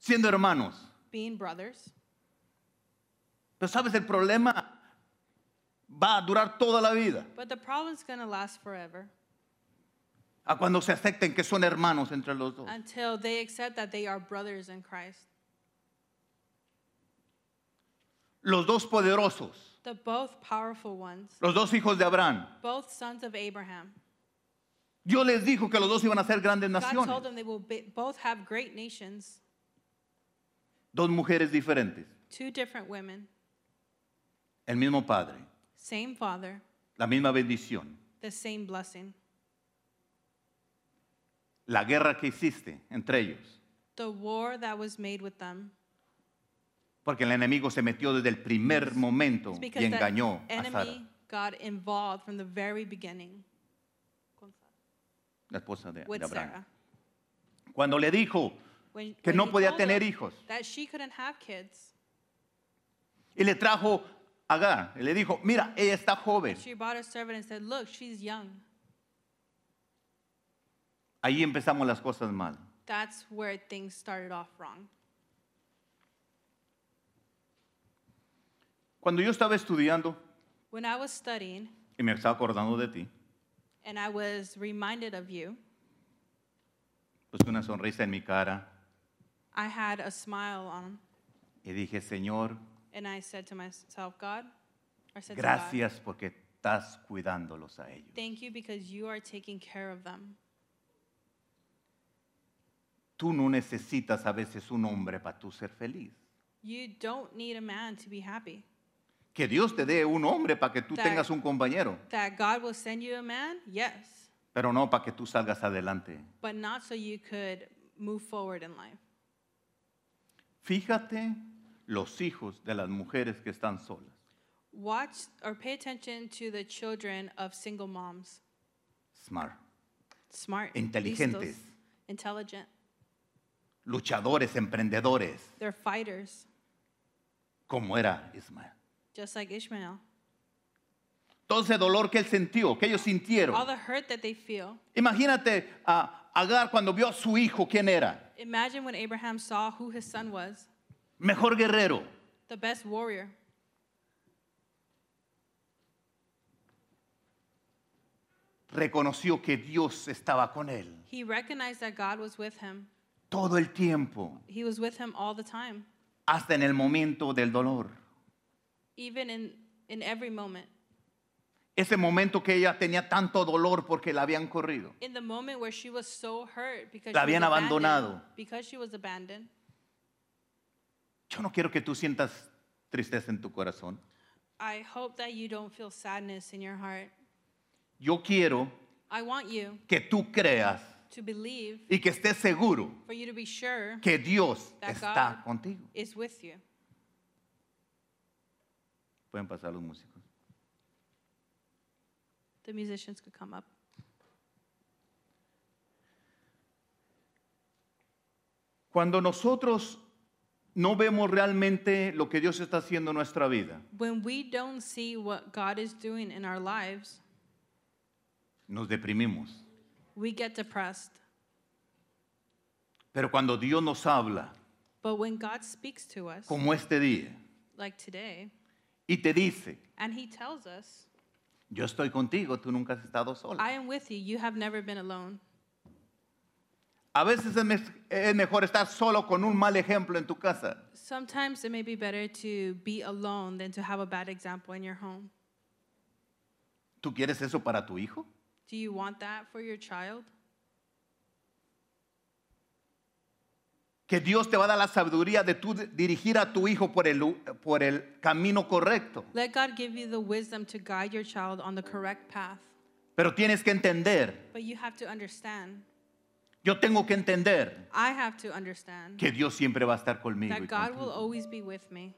siendo hermanos.
being brothers.
Pero sabes, el problema va a durar toda la vida.
But the problem's gonna last forever
A cuando se acepten que son hermanos entre los dos.
until they accept that they are brothers in Christ.
Los dos poderosos,
The both powerful ones,
los dos hijos de Abraham.
both sons of Abraham.
Dios les dijo que los dos iban a ser grandes
God told
naciones.
them they will be, both have great nations,
Dos mujeres diferentes,
two different women,
el mismo Padre,
same father,
la misma bendición.
the same blessing.
La guerra que existe entre ellos,
The war that was made with them
porque el enemigo se metió desde el primer momento
is
y
because the
engañó a Sara,
enemy got involved from the very beginning
la esposa de, de
with
Abraham.
Sarah.
Cuando le dijo
When,
que
when
no
he
podía
told her
tener hijos
That she couldn't have kids.
y le trajo a Agar, y le dijo, mira, ella está joven.
She brought a servant and said, Look, she's young.
Ahí empezamos las cosas mal.
That's where things started off wrong.
Cuando yo estaba estudiando
When I was studying
y me estaba acordando de ti,
and I was reminded of you,
puse una sonrisa en mi cara
I had a smile on,
Y dije, Señor,
and I said to myself, God, I said to God,
gracias porque estás cuidándolos a ellos.
Thank you because you are taking care of them.
Tú no necesitas a veces un hombre para tú ser feliz.
You don't need a man to be happy.
Que Dios te dé un hombre para que tú
That-
tengas un compañero,
That God will send you a man, yes,
pero no para que tú salgas adelante.
but not so you could move forward in life.
Fíjate los hijos de las mujeres que están solas.
Watch or pay attention to the children of single moms.
Smart.
Smart,
Inteligentes.
listos, intelligent.
Luchadores, emprendedores,
They're fighters,
como era Ismael.
just like Ishmael.
Todo ese dolor que él sintió, que ellos sintieron.
All the hurt that they feel.
Imagínate a Agar cuando vio a su hijo, ¿quién era?
Imagine when Abraham saw who his son was,
Mejor guerrero.
the best warrior.
Reconoció que Dios estaba con él
He recognized that God was with him.
todo el tiempo,
He was with him all the time,
hasta en el momento del dolor.
even in, in every moment.
Ese momento que ella tenía tanto dolor porque la habían corrido.
In the moment where she was so hurt because
La
she
habían
was abandoned,
abandonado.
because she was abandoned.
Yo no quiero que tú sientas tristeza en tu corazón.
I hope that you don't feel sadness in your heart.
Yo quiero
I want you
que tú creas
to believe,
y que estés seguro
for you to be sure,
que Dios
That
está
God-
contigo.
is with you.
Pueden pasar los músicos.
The musicians could come up.
Cuando nosotros no vemos realmente lo que Dios está haciendo en nuestra vida,
When we don't see what God is doing in our lives,
nos deprimimos.
we get depressed.
Pero cuando Dios nos habla,
But when God speaks to us,
como este día,
like today,
y te dice,
and He tells us,
yo estoy contigo, tú nunca has estado sola.
I am with you, you have never been alone.
A veces es, me- es mejor estar solo con un mal ejemplo en tu casa.
Sometimes it may be better to be alone than to have a bad example in your home.
¿Tú quieres eso para tu hijo?
Do you want that for your child?
Que Dios te va a dar la sabiduría de tú dirigir a tu hijo por el, lu- por el camino correcto.
Let God give you the wisdom to guide your child on the correct path.
Pero tienes que entender,
But you have to understand,
yo tengo que entender
I have to understand,
que Dios siempre va a estar conmigo. y
that God
contigo.
will always be with me.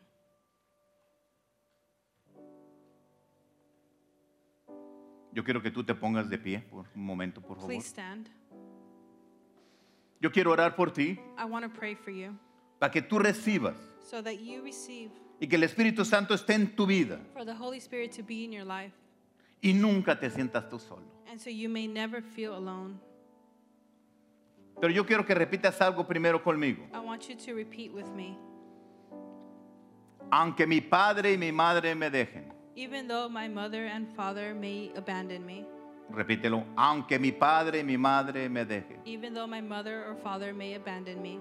Yo quiero que tú te pongas de pie por un momento, por favor.
Please stand.
Yo quiero orar por ti
I want to pray for you
para que tú recibas
so that you receive
y que el Espíritu Santo esté en tu vida
for the Holy Spirit to be in your life
y nunca te sientas tú solo.
and so you may never feel alone.
Pero yo quiero que repitas algo primero conmigo.
I want you to repeat with me.
Aunque mi padre y mi madre me dejen.
Even though my mother and father may abandon me,
Repítelo. Aunque mi padre y mi madre me dejen.
even though my mother or father may abandon me,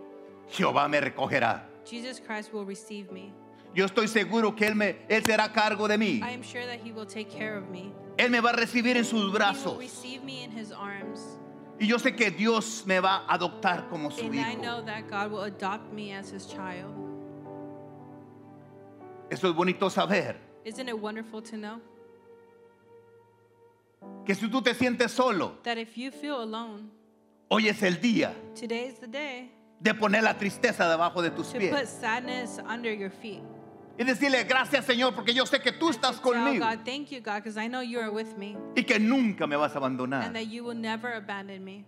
Jehová me recogerá.
Jesus Christ will receive me.
Yo estoy seguro que Él, me, él será a cargo de mí.
I am sure that He will take care of me.
Él me va a recibir en sus
He will
brazos.
receive me in His arms.
Y yo sé que Dios me va a adoptar como su
And I
hijo.
know that God will adopt me as His child.
Eso es bonito saber.
Isn't it wonderful to know
Que si tú te sientes solo,
that if you feel alone,
hoy es el día
today is the day
de poner la tristeza debajo de tus
to put
pies.
sadness under your feet.
Y decirle gracias Señor porque yo sé que tú estás
Tell
conmigo
God, thank you, God, because I know you are with me
y que nunca me vas a abandonar.
and that you will never abandon me.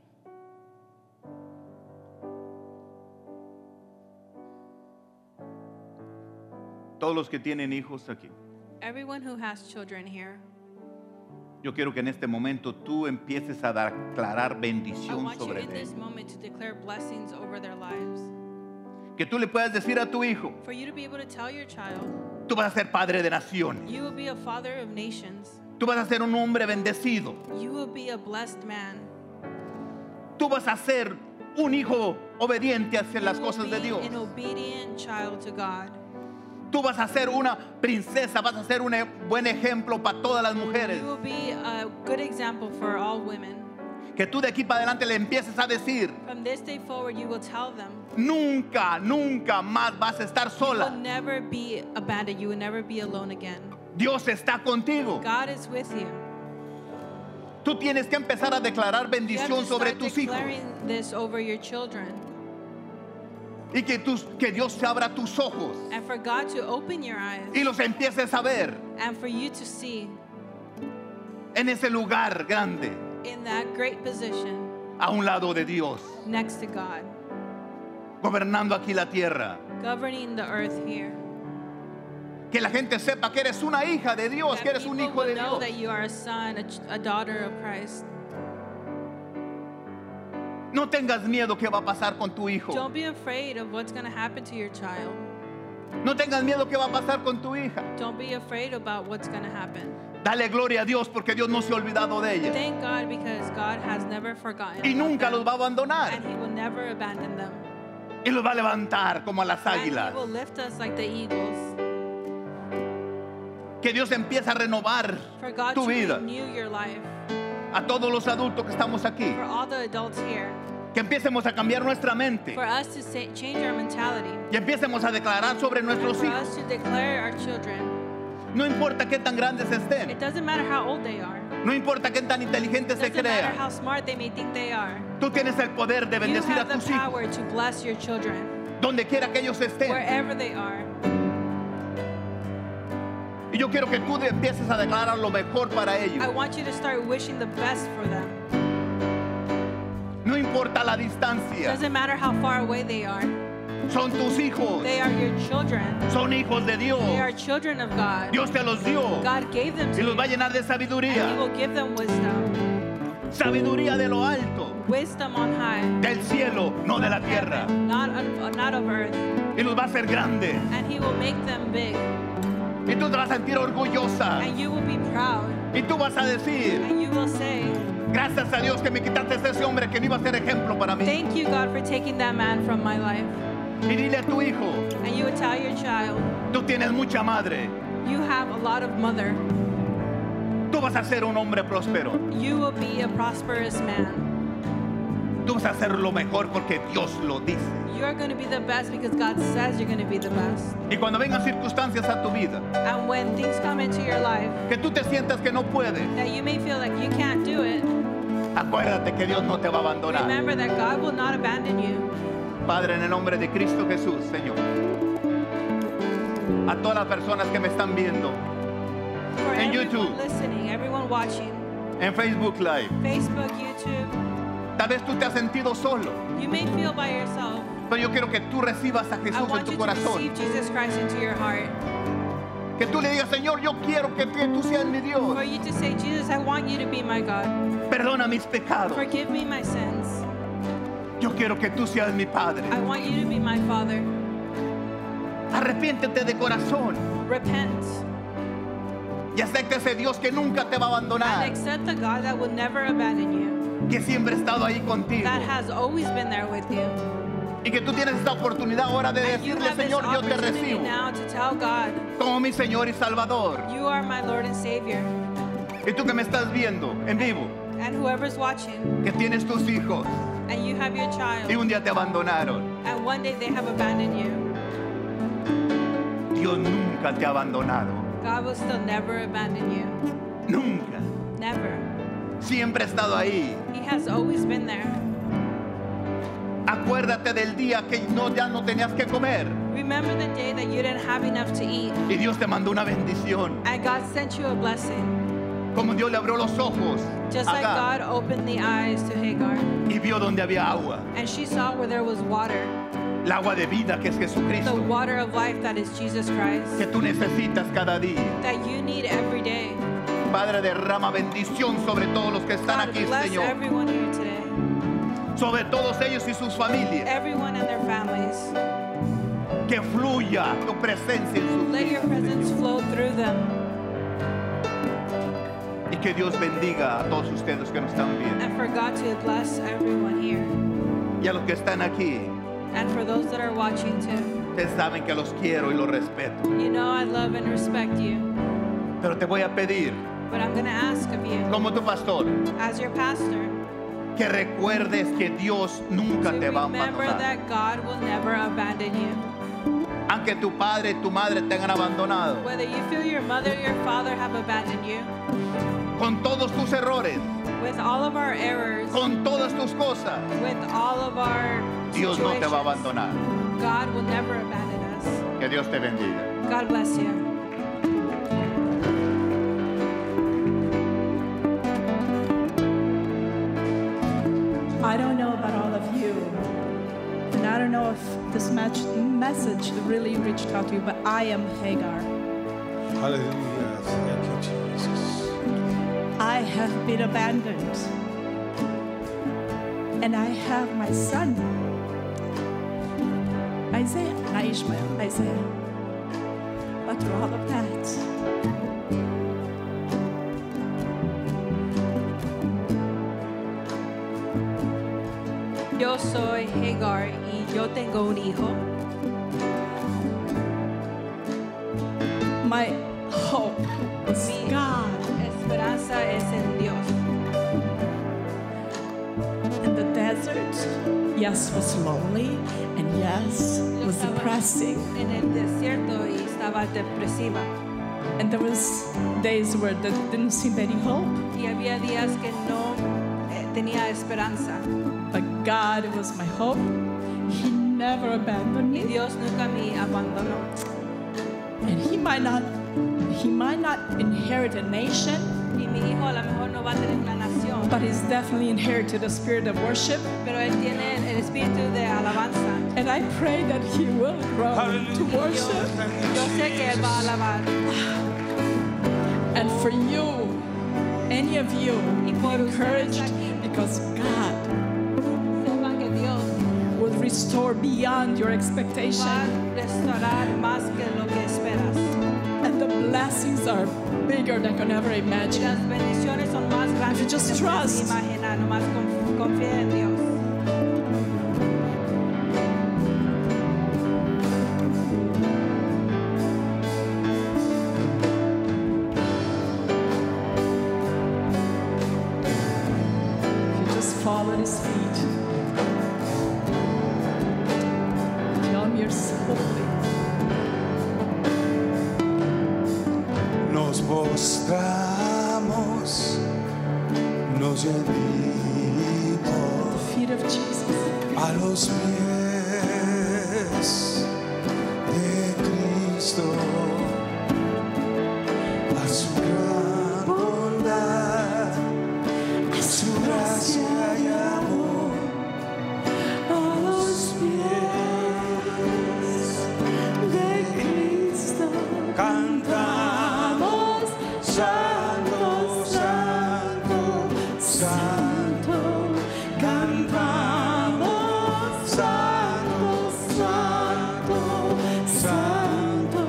Todos los que tienen hijos aquí,
Everyone who has children here,
yo quiero que en este momento tú empieces a dar- declarar
I
bendición
want you
sobre
in this
ellos.
moment to declare blessings over their lives.
Que tú le puedas decir a tu hijo,
For you to be able to tell your child,
tú vas a ser padre de naciones,
you will be a father of nations,
tú vas a ser un hombre bendecido,
you will be a blessed man,
tú vas a ser un hijo obediente hacia las cosas de
be
Dios.
an obedient child to God.
Tú vas a ser una princesa, vas a ser un e- buen ejemplo para todas las mujeres.
You will be a good example for all women.
Que tú de aquí para adelante le empieces a decir,
From this day forward, you will tell them
nunca, nunca más vas a estar
you will
sola.
never be abandoned. You will never be alone again.
Dios está contigo.
God is with you.
Tú tienes que empezar a declarar
You have to
bendición sobre
start
tus hijos
declaring this over your children,
y que, tus- que Dios te abra tus ojos
and for God to open your eyes,
y los empieces a ver
and for you to see
en ese lugar grande
in that great position
a un lado de Dios,
next to God,
gobernando aquí la tierra.
governing the earth here.
Que la gente sepa que eres una hija de Dios,
That
Oh, que eres un
people
hijo
will
de Dios.
know that you are a son, a, ch- a daughter of Christ.
No tengas miedo que va a pasar con tu hijo.
Don't be afraid of what's going to happen to your child.
No tengas miedo que va a pasar con tu hija.
Don't be afraid about what's going to happen.
Dale gloria a Dios porque Dios no se ha olvidado de ella.
Thank God because God has never forgotten.
Y
about
nunca
them,
los va a abandonar.
And He will never abandon them.
Y los va a levantar como a las
And
águilas.
He will lift us like the eagles.
Que Dios empieza a renovar
For God
tu
to
vida.
renew your life.
A todos los adultos que estamos aquí.
For all the adults here.
Que empecemos a cambiar nuestra mente.
For us to say, change our mentality.
Y empecemos a declarar sobre
And
nuestros
for
hijos.
us to declare our children.
No importa qué tan grandes
It
estén.
doesn't matter how old they are.
No importa qué tan inteligentes
It
se
doesn't matter
crean.
how smart they may think they are.
Tú tienes el poder de
You
bendecir a
have the
tus hijos.
power to bless your children
Donde quiera que ellos estén.
wherever they are.
Y yo quiero que tú de- empieces a declarar lo mejor para
I
ellos.
want you to start wishing the best for them.
No importa la distancia.
Doesn't matter how far away they are.
Son tus hijos.
They are your children.
Son hijos de Dios.
They are children of God.
Dios te los dio.
God gave them
Y
to you.
los va a llenar de
And he
sabiduría.
will give them wisdom.
Sabiduría de lo alto.
Wisdom on high.
Del cielo, no de la tierra.
Heaven, Not of, uh, not of earth.
Y los va a hacer grandes.
And he will make them big.
Y tú te vas a sentir orgullosa.
And you will be proud.
Y tú vas a decir,
And you will say,
gracias a Dios que me quitaste ese hombre que no iba a ser ejemplo para mí.
Thank you, God, for taking that man from my life.
Y dile a tu hijo,
And you will tell your child,
tú tienes mucha madre.
You have a lot of mother.
Tú vas a ser un hombre próspero.
You will be a prosperous man.
Tú vas a hacer lo mejor porque Dios lo dice.
You're going to be the best because God says you're going to be the best.
Y cuando vengan circunstancias a tu vida,
And when things come into your life
que tú te sientas que no puedes,
that you may feel like you can't do it,
acuérdate que Dios no te va a abandonar.
remember that God will not abandon you.
Padre, en el nombre de Cristo Jesús, Señor. A todas las personas que me están viendo
For
And you
everyone
too.
listening, everyone watching,
en Facebook Live,
Facebook, YouTube,
tal vez tú te has sentido solo,
you may feel by yourself.
pero yo quiero que tú recibas a
I
Jesús en
want
tu
you to
corazón.
receive Jesus Christ into your heart.
Que tú le digas, Señor, yo quiero que que tú seas mi Dios.
For you to say, Jesus, I want you to be my God.
Perdona mis pecados.
Forgive me my sins.
Yo quiero que tú seas mi Padre.
I want you to be my Father.
Arrepiéntete de corazón
Repent
y acepta ese Dios que nunca te va a abandonar,
and accept the God that will never abandon you,
que siempre ha estado ahí contigo.
that has always been there with you.
Y que tú tienes esta oportunidad ahora de
And you
decirle,
have this
Señor, yo te
opportunity
recibo
now to tell God,
como mi Señor y Salvador.
You are my Lord and Savior.
Y tú que me estás viendo en vivo,
And whoever's watching,
que tienes tus hijos
and you have your child,
y un día te abandonaron.
and one day they have abandoned you,
Dios nunca te ha abandonado.
God will still never abandon you.
Nunca.
Never.
Siempre ha estado ahí.
He has always been there.
Acuérdate del día que no, ya no tenías que comer.
Remember the day that you didn't have enough to eat,
Y Dios te mandó una bendición.
and God sent you a blessing,
Como Dios le abrió los ojos
just like
acá,
God opened the eyes to Hagar.
y vio donde había agua.
And she saw where there was water,
El agua de vida que es
the
Jesucristo.
water of life that is Jesus
Que
Christ,
tú necesitas cada día.
that you need every day.
Padre, derrama bendición sobre todos los que están
God
aquí,
bless
Señor.
everyone here today,
Sobre todos ellos y sus familias.
everyone and their families.
Que fluya tu presencia en sus
Let your
vidas,
presence
Señor.
flow through them,
Y que Dios bendiga a todos ustedes que nos están viendo.
and for God to bless everyone here.
y a los que están aquí.
And for those that are watching too,
Ustedes saben que los quiero y los respeto.
you know I love and respect you,
Pero te voy a pedir,
but I'm going to ask of you,
como tu pastor,
as your pastor,
que recuerdes que Dios
to
nunca te va a
remember
abandonar.
that God will never abandon you.
Aunque tu padre y tu madre te hayan abandonado,
Whether you feel your mother or your father have abandoned you,
con todos tus errores,
with all of our errors,
con todas tus cosas,
with all of our
Dios no te va a
situations,
abandonar.
God will never abandon us.
Que Dios te bendiga.
God bless you.
I don't know about all of you, and I don't know if this match, message really reached out to you, but I am Hagar.
Hallelujah. Thank you, Jesus.
I have been abandoned, and I have my son, Isaiah, not Ishmael, Isaiah. But through all of that,
Yo soy Hagar y yo tengo un hijo.
my hope is
Mi
God
esperanza es en Dios.
in the desert. Yes, was lonely, and yes,
Yo
was
estaba
depressing.
En el desierto y estaba depresiva.
And there was days where there didn't seem any hope,
Y había días que no eh, tenía esperanza.
but God was my hope. He never abandoned me,
Y Dios nunca me abandonó.
and He might not, He might not inherit a nation,
Y mi hijo a lo mejor no va a tener una nación,
but He's definitely inherited a spirit of worship.
pero él tiene el espíritu de alabanza.
And I pray that He will grow to
Hallelujah.
worship.
Yo sé que él va a alabar.
And for you, any of you, be
por ustedes
encouraged
aquí.
because God
Sepan que Dios
will restore beyond your
va
expectation,
a restaurar más que lo que esperas.
and the blessings are bigger than you can ever
Y
imagine.
las bendiciones son más grandes
If you just
que te puedes
trust.
imaginar, nomás conf- confía en Dios.
You just fall at his feet. Tell him you're so holy.
Nos mostramos, nos rendimos.
The feet of Jesus.
a los pies de Cristo, a su gran bondad, a su gracia y amor, a los pies de Cristo cantamos santo, santo, santo, cantamos santo, santo, santo,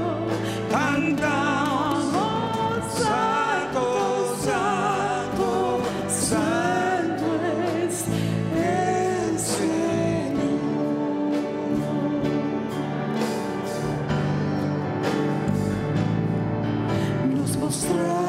cantamos santo, santo, santo es el Señor. Nos mostrará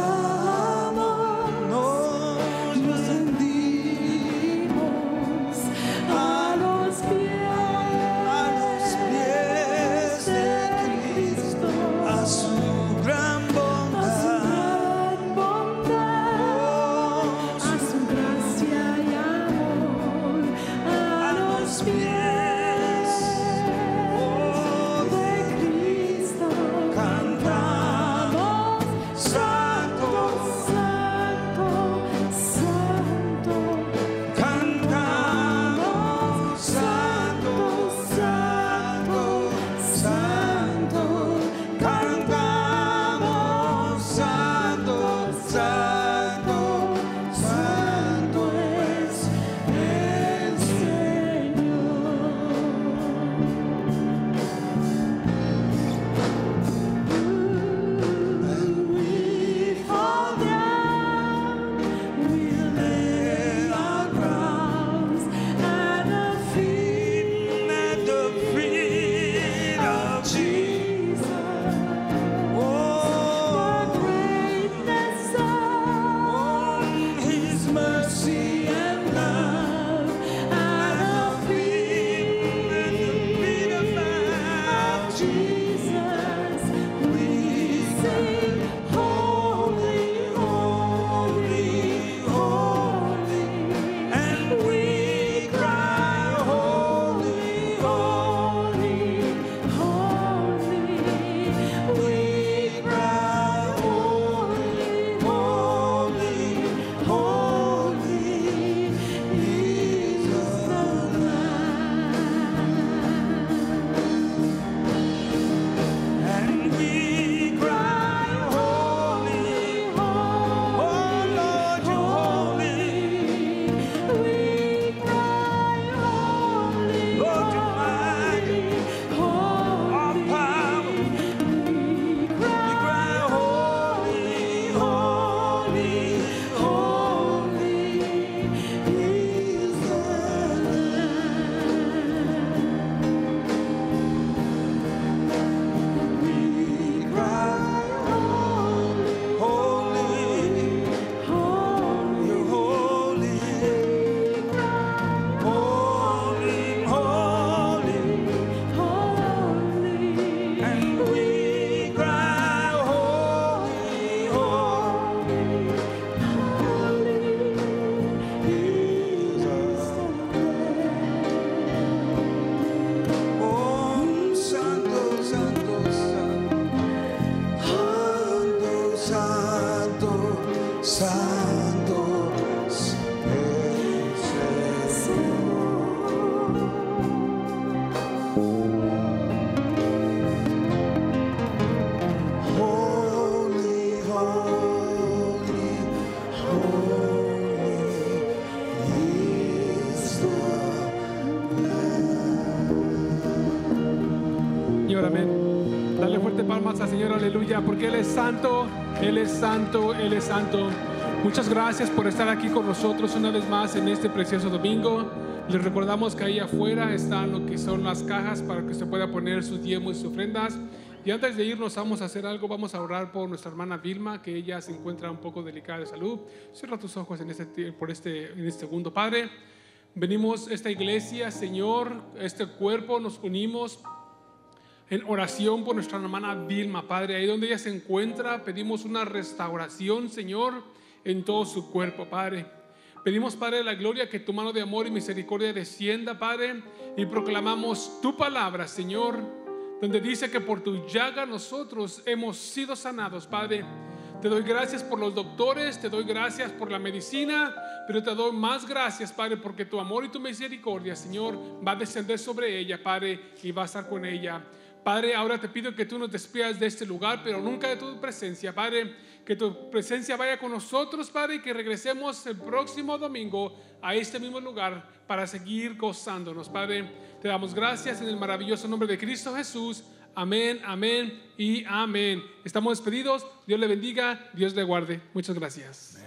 Oh,
palmas al Señor, aleluya, porque Él es santo, Él es santo, Él es santo. Muchas gracias por estar aquí con nosotros una vez más en este precioso domingo. Les recordamos que ahí afuera están lo que son las cajas para que usted pueda poner sus diezmos y sus ofrendas. Y antes de irnos vamos a hacer algo, vamos a orar por nuestra hermana Vilma, que ella se encuentra un poco delicada de salud. Cierra tus ojos en este, por este, en este segundo, Padre. Venimos esta iglesia, Señor, este cuerpo, nos unimos en oración por nuestra hermana Vilma, Padre. Ahí donde ella se encuentra, pedimos una restauración, Señor, en todo su cuerpo, Padre. Pedimos, Padre, de la gloria que tu mano de amor y misericordia descienda, Padre, y proclamamos tu palabra, Señor, donde dice que por tu llaga nosotros hemos sido sanados, Padre. Te doy gracias por los doctores, te doy gracias por la medicina, pero te doy más gracias, Padre, porque tu amor y tu misericordia, Señor, va a descender sobre ella, Padre, y va a estar con ella. Padre, ahora te pido que tú nos despidas de este lugar, pero nunca de tu presencia, Padre. Que tu presencia vaya con nosotros, Padre, y que regresemos el próximo domingo a este mismo lugar para seguir gozándonos, Padre. Te damos gracias en el maravilloso nombre de Cristo Jesús. Amén, amén y amén. Estamos despedidos. Dios le bendiga, Dios le guarde. Muchas gracias.